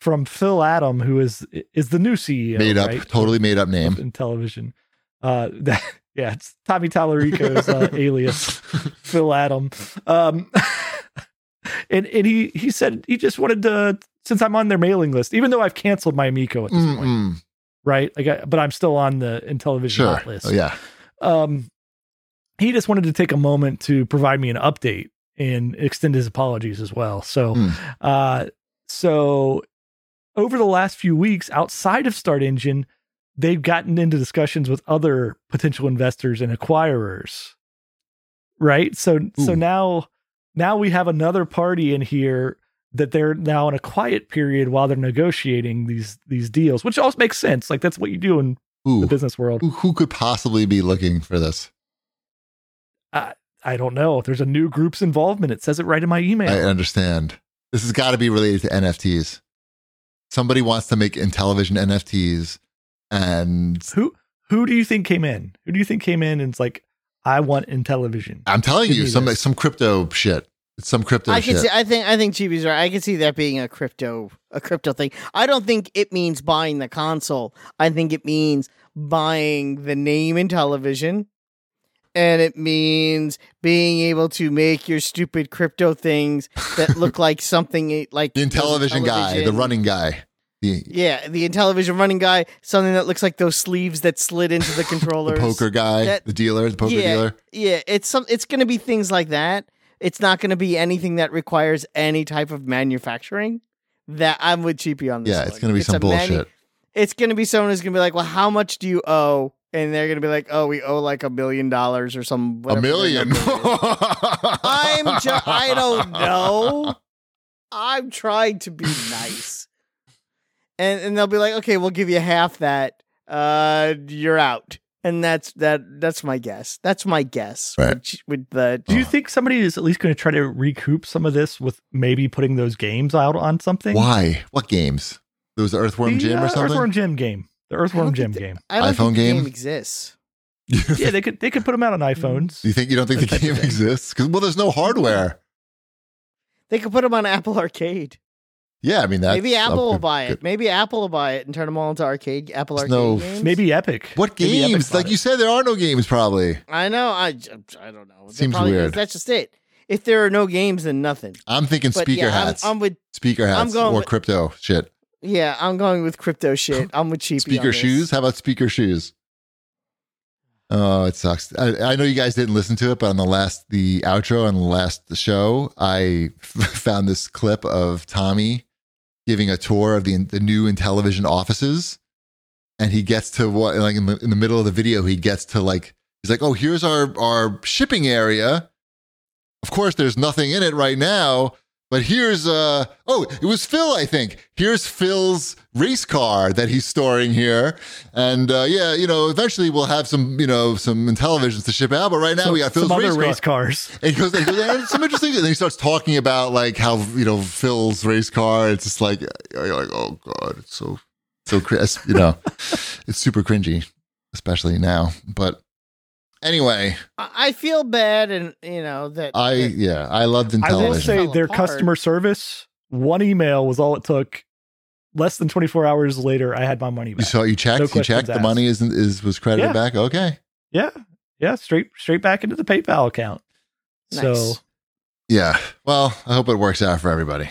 from Phil Adam, who is is the new CEO,
made up,
right?
totally made up name.
in television. Uh, (laughs) that, yeah, it's Tommy
(laughs)
Tallarico's uh, alias, Phil Adam. Um, (laughs) and and he he said he just wanted to since I'm on their mailing list, even though I've canceled my Miko at this point,
Mm-mm.
right? Like, I, but I'm still on the Intellivision
Sure.
hot list.
Oh, yeah.
Um, he just wanted to take a moment to provide me an update and extend his apologies as well. So,
Hmm.
uh, so over the last few weeks, outside of Start Engine, they've gotten into discussions with other potential investors and acquirers. Right. So, so
Ooh.
now, now we have another party in here that they're now in a quiet period while they're negotiating these these deals, which also makes sense. Like that's what you do in
Who,
the business world.
who, who could possibly be looking for this?
I don't know. There's a new group's involvement. It says it right in my email.
I uh, understand. This has got to be related to NFTs. Somebody wants to make in television NFTs, and
who who do you think came in? Who do you think came in and's like, I want in television?
I'm telling
Give
you,
me
some
this.
some crypto shit. It's some crypto
I
shit.
can see. I think. I think Chibi's right. I can see that being a crypto, a crypto thing. I don't think it means buying the console. I think it means buying the name in television, and it means being able to make your stupid crypto things
(laughs)
that look like something like
the Intellivision guy, the
television.
running guy. The,
Yeah, the Intellivision running guy. Something that looks like those sleeves that slid into
(laughs)
the
the
controllers.
poker guy,
That-
the dealer, the poker
yeah,
dealer.
Yeah, it's some. It's going to be things like that. It's not going to be anything that requires any type of manufacturing. That I'm with Cheapy on this.
Yeah,
one.
it's going to be some
a manu-
bullshit.
it's going to be someone who's going to be like, "Well, how much do you owe?" And they're going to be like, "Oh, we owe like a million dollars or some
A
whatever their
million.
number
(laughs)
is." I'm ju- I don't know. I'm trying to be nice. And and they'll be like, "Okay, we'll give you half that. Uh you're out." And that's that that's my guess. That's my guess
Right.
with, with the
Uh.
do you think somebody is at least going to try to recoup some of this with maybe putting those games out on something?
Why? What games? There was an Earthworm
The,
Jim
uh,
or something. (laughs)
Earthworm Jim game. The Earthworm
don't
Jim
think
game.
I don't
iPhone
think the
game?
game exists.
yeah, they could they could put
(laughs)
them out on iPhones.
you think you don't think the
That type
game
of thing.
exists? 'Cause- well, there's no hardware.
They could put them on Apple Arcade.
Yeah, I mean that.
Maybe Apple will buy it. Maybe Apple will buy it and turn them all into arcade Apple
There's
Arcade
no-
games.
Maybe Epic.
What
Maybe Epic
games?
bought
Like
it.
you said, there are no games. Probably.
I know. I j- I don't know. They
Seems
probably-
weird.
That's just it. If there are no games, then nothing.
I'm thinking
But
speaker
yeah, I'm-
hats,
I'm with
speaker hats,
I'm going
or
with-
crypto shit.
Yeah, I'm going with crypto
(laughs)
shit. I'm with cheapy. on
Speaker
this.
shoes? How about speaker shoes? Oh, it sucks. I, I know you guys didn't listen to it, but on the last the outro on the last show, I (laughs) found this clip of Tommy giving a tour of the the new Intellivision offices, and he gets to what like in the, in the middle of the video, he gets to like he's like, oh, here's our our shipping area. Of course, there's nothing in it right now, but here's uh oh, it was Phil, I think. Here's Phil's race car that he's storing here, and uh, yeah, you know, eventually we'll have some you know some Intellivisions to ship out, but right now
Some-
we got Phil's
some
race
other
car.
race cars.
And he goes, and he goes and some interesting. And he starts talking about like how you know Phil's race car. It's just like you're like, oh god, it's so so cr- it's, you
(laughs)
know, it's super cringy, especially now. But anyway,
I I feel bad, and you know that.
I
that-
yeah, I loved
I will
Intellivision.
say
Fell
their
apart.
customer service. One email was all it took. Less than 24 hours later, I had my money
you
back.
saw you checked,
No
you
questions
checked. The
asked.
money isn't is was credited
Yeah.
back. Okay,
Yeah. Yeah. Straight straight back into the PayPal account. So
Nice.
yeah. Well, I hope it works out for everybody,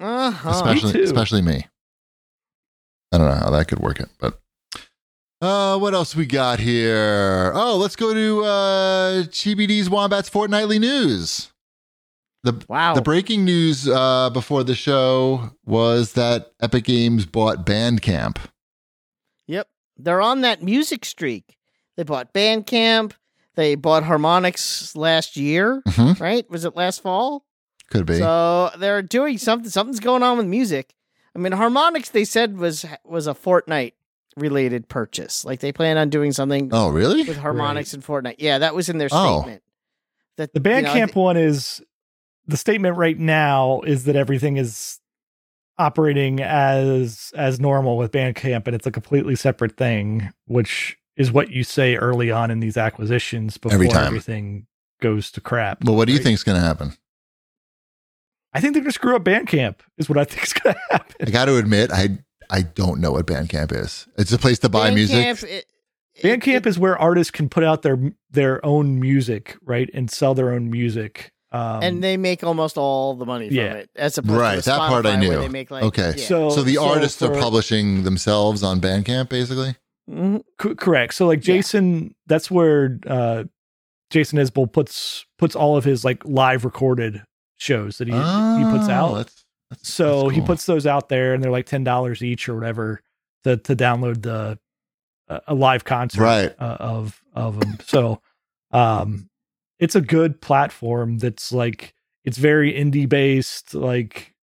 uh-huh.
especially
too.
especially me. I don't know how that could work it, but. Uh, what else we got here? Oh, let's go to uh, CBD's Wombat's Fortnightly News. The
wow.
the breaking news uh, before the show was that Epic Games bought Bandcamp.
yep, they're on that music streak. They bought Bandcamp. They bought Harmonix last
(laughs)
year,
hmm
right? Was it last fall?
Could be.
So they're doing something. Something's going on with music. I mean, Harmonix they said was was a Fortnite related purchase. Like they plan on doing something
oh, really?
with Harmonix
Right.
and Fortnite. Yeah, that was in their
Oh.
statement. That
the
you know, I
Bandcamp one is the statement right now is that everything is operating as as normal with Bandcamp and it's a completely separate thing, which is what you say early on in these acquisitions before
Every time.
everything goes to crap.
Well, what do you
right?
think's going to happen?
I think they're gonna screw up Bandcamp is what I (laughs) think is gonna happen.
I got to admit, I I don't know what Bandcamp is. It's a place to buy
Bandcamp,
music.
it- it-
Bandcamp
it-
is where artists can put out their their own music, right, and sell their own music. Um,
and they make almost all the money from
Yeah.
it, as opposed
Right,
to
that part I
Spotify where
knew.
They make like,
Okay.
yeah.
so
So the
so
artists are
for-
publishing themselves on Bandcamp, basically.
Mhm.
Co- correct. So like
Yeah.
Jason, that's where uh, Jason Isbell puts puts all of his like live recorded shows that he he puts
Oh,
out.
that's- that's-
So
that's
he
cool.
puts those out there, and they're like ten dollars each or whatever to to download the uh, a live concert
Right.
uh, of of them. So um, it's a good platform that's like it's very indie based, like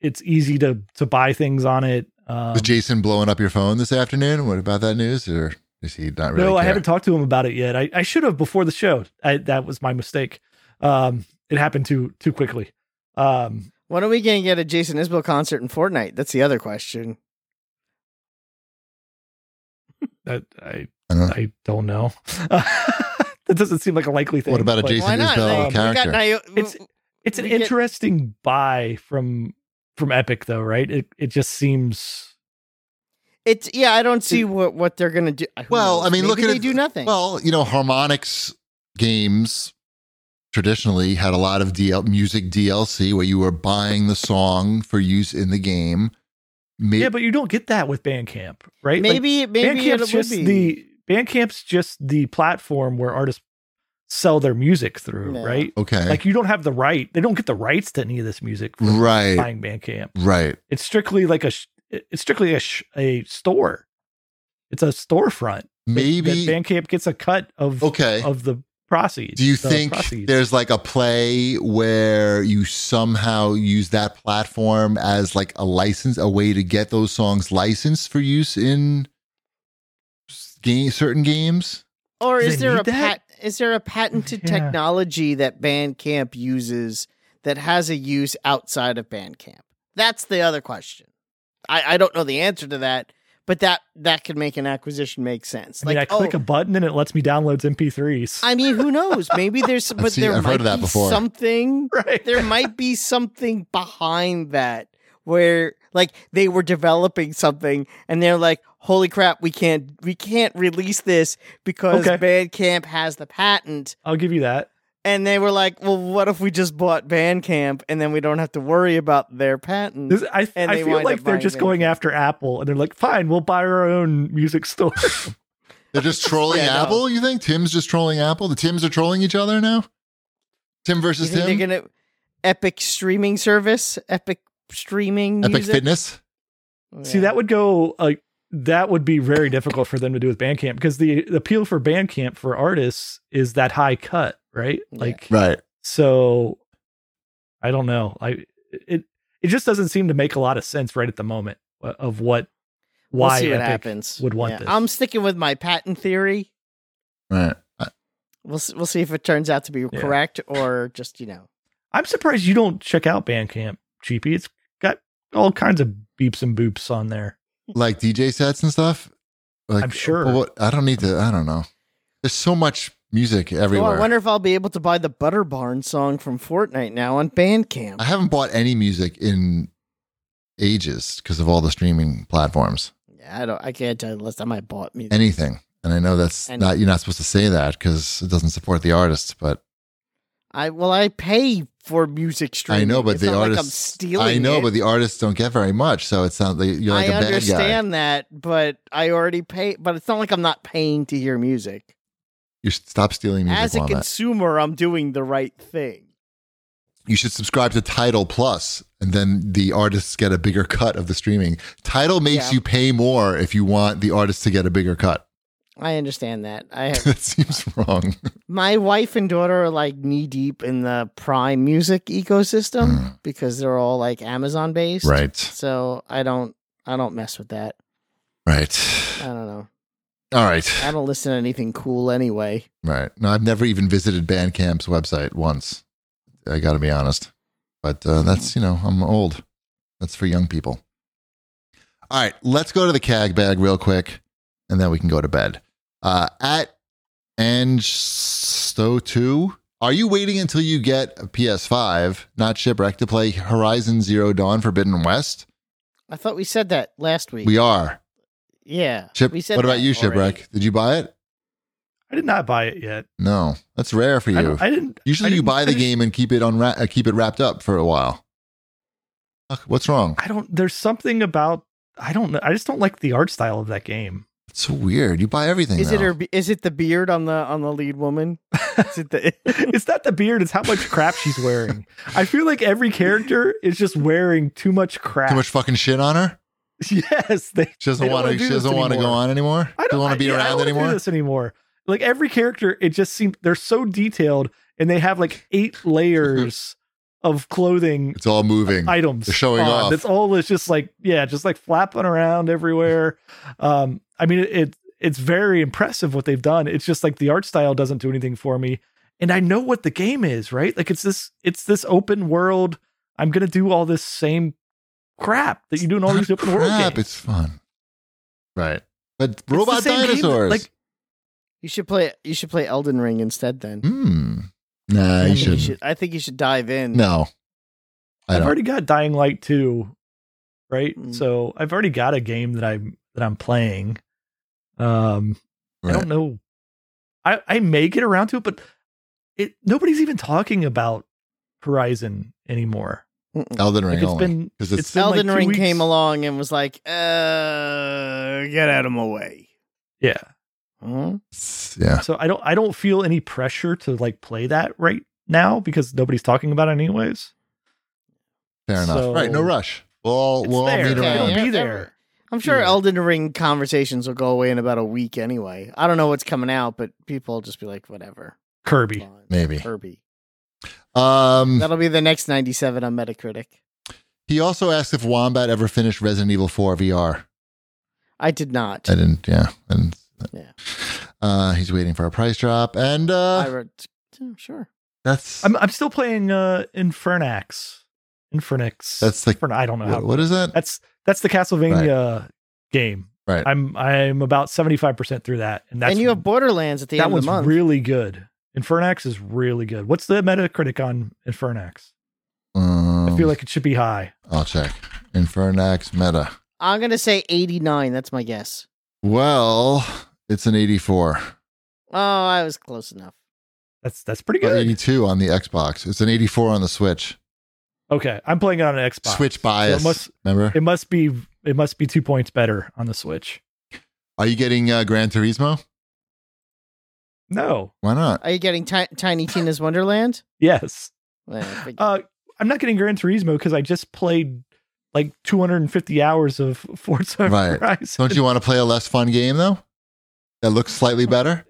it's easy to to buy things on it. Um,
Was Jason blowing up your phone this afternoon? What about that news? Or is he not really?
no, I
care?
haven't talked to him about it yet. I, I should have before the show. I, that was my mistake. Um, it happened too too quickly. Um,
When are we gonna get a Jason Isbell concert in Fortnite? That's the other question.
that, I
I don't know.
I don't know. (laughs) that doesn't seem like a likely thing.
What about a
but
Jason
Why not?
Isbell
Like, we got
character?
Nio-
It's- It's an
We get-
interesting buy from from Epic though, right? It it just seems
it's yeah. I don't see what what they're gonna do. Who
Well,
knows?
I mean,
Maybe
look at
they
it-
do nothing.
Well, you know, harmonics games traditionally had a lot of DL- music DLC where you were buying the song for use in the game. May-
yeah, but you don't get that with Bandcamp, right? Like,
maybe maybe it
Bandcamp's
would
just
be.
the Bandcamp's just the platform where artists sell their music through,
Yeah.
right?
okay,
Like you don't have the right; they don't get the rights to any of this music from
right,
buying Bandcamp.
right.
It's strictly like a sh- it's strictly a sh- a store. It's a storefront. that-
Maybe
that Bandcamp gets a cut of
okay.
of the proceeds.
Do you
the
think
proceeds.
there's like a play where you somehow use that platform as like a license, a way to get those songs licensed for use in s- game, certain games?
Or
Do
is
they
there
need
a pat-
that?
is there a patented
(laughs) Yeah.
technology that Bandcamp uses that has a use outside of Bandcamp? That's the other question. I, I don't know the answer to that, but that that could make an acquisition make sense.
I mean,
like,
I click
oh,
a button and it lets me download MP3s.
I mean, who knows? Maybe
(laughs)
there's, but
seen-
there
I've
might
heard of that
be
before.
something.
(laughs) right.
There might be something behind that where, like, they were developing something and they're like, "Holy crap, we can't, we can't release this because
Okay.
Bandcamp has the patent."
I'll give you that.
And they were like, "Well, what if we just bought Bandcamp and then we don't have to worry about their patent?"
This- I,
And
I
they
feel
wind
like
up
they're
buying
just
Bandcamp.
going after Apple and they're like, fine, we'll buy our own music (laughs) store.
(laughs)
They're just trolling
Yeah, no.
Apple, you think? Tim's just trolling Apple? The Tims are trolling each other now? Tim
you
versus
think they're
Tim?
gonna Epic streaming service, Epic streaming,
Epic
music?
Fitness?
See, that would go like that would be very difficult for them to do with Bandcamp because the, the appeal for Bandcamp for artists is that high cut, right?
Yeah.
Like
Right.
so I don't know. I it it just doesn't seem to make a lot of sense right at the moment uh, of what
We'll
why
see what
Epic
happens.
would want this.
I'm sticking with my patent theory.
Right. I-
We'll s- we'll see if it turns out to be correct or just you know.
I'm surprised you don't check out Bandcamp, Cheapy. It's got all kinds of beeps and boops on there.
Like DJ sets and stuff? Like,
I'm sure.
well, what- I don't need to, I don't know. There's so much music
Oh,
(laughs) everywhere.
I wonder if I'll be able to buy the Butter Barn song from Fortnite now on Bandcamp.
I haven't bought any music in ages because of all the streaming platforms.
yeah, I don't. I can't tell you the last time I bought music.
Anything. And I know that's
And-
not, you're not supposed to say that because it doesn't support the artists, but
I well, I pay for music streaming.
I know, but
It's
the
not like
artists,
I'm stealing.
I know,
it.
but the artists don't get very much. So it sounds like you're like a
I
bad guy.
understand that, but I already pay. But it's not like I'm not paying to hear music.
You should stop stealing music.
As a
Walnut.
consumer, I'm doing the right thing.
you should subscribe to Title Plus, and then the artists get a bigger cut of the streaming. Title makes
Yeah.
you pay more if you want the artists to get a bigger cut.
I understand that. I have,
(laughs) that seems wrong.
my wife and daughter are like knee deep in the Prime Music ecosystem
Mm,
because they're all like Amazon based,
right,
So I don't, I don't mess with that.
right.
I don't know.
All right,
Uh, I don't listen to anything cool anyway.
right. No, I've never even visited Bandcamp's website once. I got to be honest, but uh, that's you know I'm old. That's for young people. All right, let's go to the CAG bag real quick, and then we can go to bed. Uh, at and so too. Are you waiting until you get a PS5, not shipwreck, to play Horizon Zero Dawn Forbidden West?
I thought we said that last week.
We are.
yeah.
Chip,
we said
what about
that
you,
already.
shipwreck? Did you buy it?
I did not buy it yet.
No, that's rare for
I,
you.
don't- I didn't. I
Usually, you
didn't
buy the
finish-
game and keep it on uh, keep it wrapped up for a while. Fuck, What's wrong?
I don't. There's something about. I don't know. I just don't like the art style of
(laughs)
that game.
It's so weird. You buy everything.
Is it
now.
her? be- Is it the beard on the on the lead woman? (laughs) Is it the?
it's not the beard. It's how much crap she's wearing. I feel like every character is just wearing too much crap.
too much fucking shit on her?
(laughs) yes, they
She doesn't want to.
They don't wanna do
She doesn't
this
want to go
anymore.
on anymore.
I
Doesn't want
I-
to be
yeah, I don't
around
wanna do
anymore.
this anymore.
(laughs)
Like every character, it just seems they're so detailed, and they have like eight layers of clothing
It's all moving.
items
They're showing
on.
off.
It's all is just like yeah, just like flapping around everywhere. Um, I mean it, it it's very impressive what they've done. It's just like the art style doesn't do anything for me, and I know what the game is, right? Like it's this it's this open world. I'm gonna do all this same crap that you do in all
Not
these open world
crap,
games.
It's fun. Right. But
It's the
robot
same game that,
dinosaurs.
like
You should play. You should play Elden Ring instead. Then
Mm,
Hmm.
I
Nah, you
think you
shouldn't.
should. I think you should dive in.
No. I
I've
don't.
already got Dying Light 2, right?
Mm.
So I've already got a game that I'm that I'm playing. Um I
Right.
don't know. I I may get around to it, but it nobody's even talking about Horizon anymore.
Mm-mm.
Elden
Like
Ring
it's
only.
been
'Cause
it's
it's-
been like
Elden
two
Ring
weeks.
came along and was like, uh, "Get out of my way." Hmm?
Yeah.
Huh?
Yeah.
So I don't I don't feel any pressure to like play that right now because nobody's talking about it anyways.
Fair enough.
So-
right. No rush. We'll all,
It's
we'll all
there.
meet
It'll
around.
be there.
I'm sure
Yeah.
Elden Ring conversations will go away in about a week anyway. I don't know what's coming out, but people will just be like, "Whatever."
Kirby.
Fine.
Maybe.
Kirby.
Hmm.
Um,
That'll be the next 97 on Metacritic.
he also asked if Wombat ever finished Resident Evil 4 VR.
I did not.
Uh,
I didn't. Yeah. And
Yeah.
uh, he's waiting for a price drop, and
I
uh,
wrote, "Oh, sure.
that's
I'm I'm still playing uh Infernax. Infernix.
That's like-
Infern- I don't know how
what, what is that?
That's that's the Castlevania game.
Right.
I'm I'm about seventy five percent through that, and that's
and you have Borderlands at the
that
end of
one's
the month.
really good. Infernax is really good. What's the Metacritic on Infernax?
Um,
I feel like it should be high.
I'll check. Infernax Meta.
I'm gonna say 89. That's my guess.
Well, it's an 84
Oh, I was close enough.
That's that's pretty
or
good.
82 on the Xbox. It's an 84 on the Switch.
Okay, I'm playing it on an Xbox.
Switch bias.
So it must
Remember?
it must be it must be two points better on the Switch.
Are you getting uh, Gran Turismo?
No.
Why not?
Are you getting ti- Tiny Tina's Wonderland?
Yes.
Well, I think-
Uh, I'm not getting Gran Turismo because I just played like 250 hours of (laughs) Forza
Right.
Horizon.
Don't you want to play a less fun game though? That looks slightly better.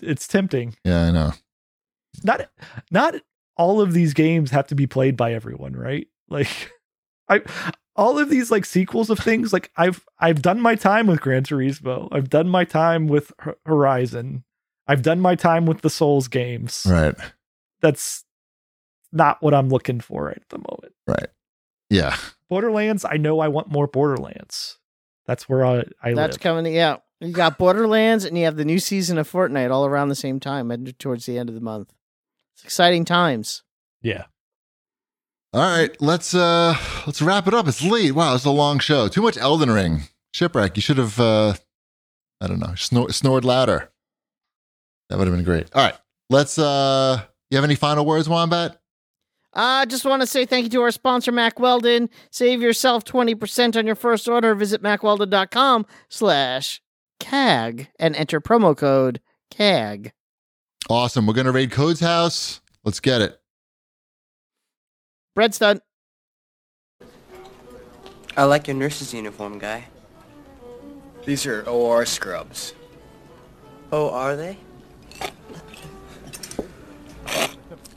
It's tempting.
Yeah, I know.
not not all of these games have to be played by everyone, right? Like I all of these like sequels of things like I've I've done my time with Gran Turismo. I've done my time with Hor- Horizon. I've done my time with the Souls games.
Right.
That's not what I'm looking for at the moment.
Yeah.
Borderlands, I know I want more Borderlands. That's where I, I
that's
live.
coming. Yeah, you got Borderlands, and you have the new season of Fortnite all around the same time, and towards the end of the month. It's exciting times.
yeah.
All right, let's uh let's wrap it up. It's late. Wow, it's a long show. Too much Elden Ring. Shipwreck, you should have uh I don't know, snor- snored louder. That would have been great. All right. Let's uh you have any final words, Wombat?
I Uh, just want to say thank you to our sponsor, Mac Weldon. Save yourself 20% on your first order. Visit macweldon.com slash CAG and enter promo code CAG.
Awesome. We're gonna raid Code's house. Let's get it.
Bread stunt.
I like your nurse's uniform, guy.
These are OR scrubs.
Oh, are they?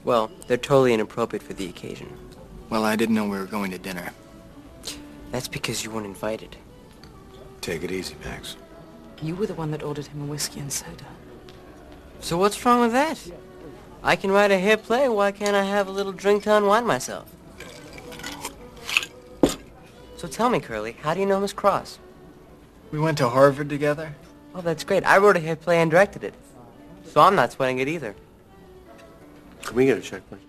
Well, they're totally inappropriate for the occasion.
Well, I didn't know we were going to dinner.
That's because you weren't invited.
Take it easy, Max.
You were the one that ordered him a whiskey and soda.
So what's wrong with that? I can write a hair play. Why can't I have a little drink to unwind myself? So tell me, Curly, how do you know Miss Cross?
We went to Harvard together.
Oh, that's great. I wrote a hair play and directed it. So I'm not sweating it either. Can we get a check, please?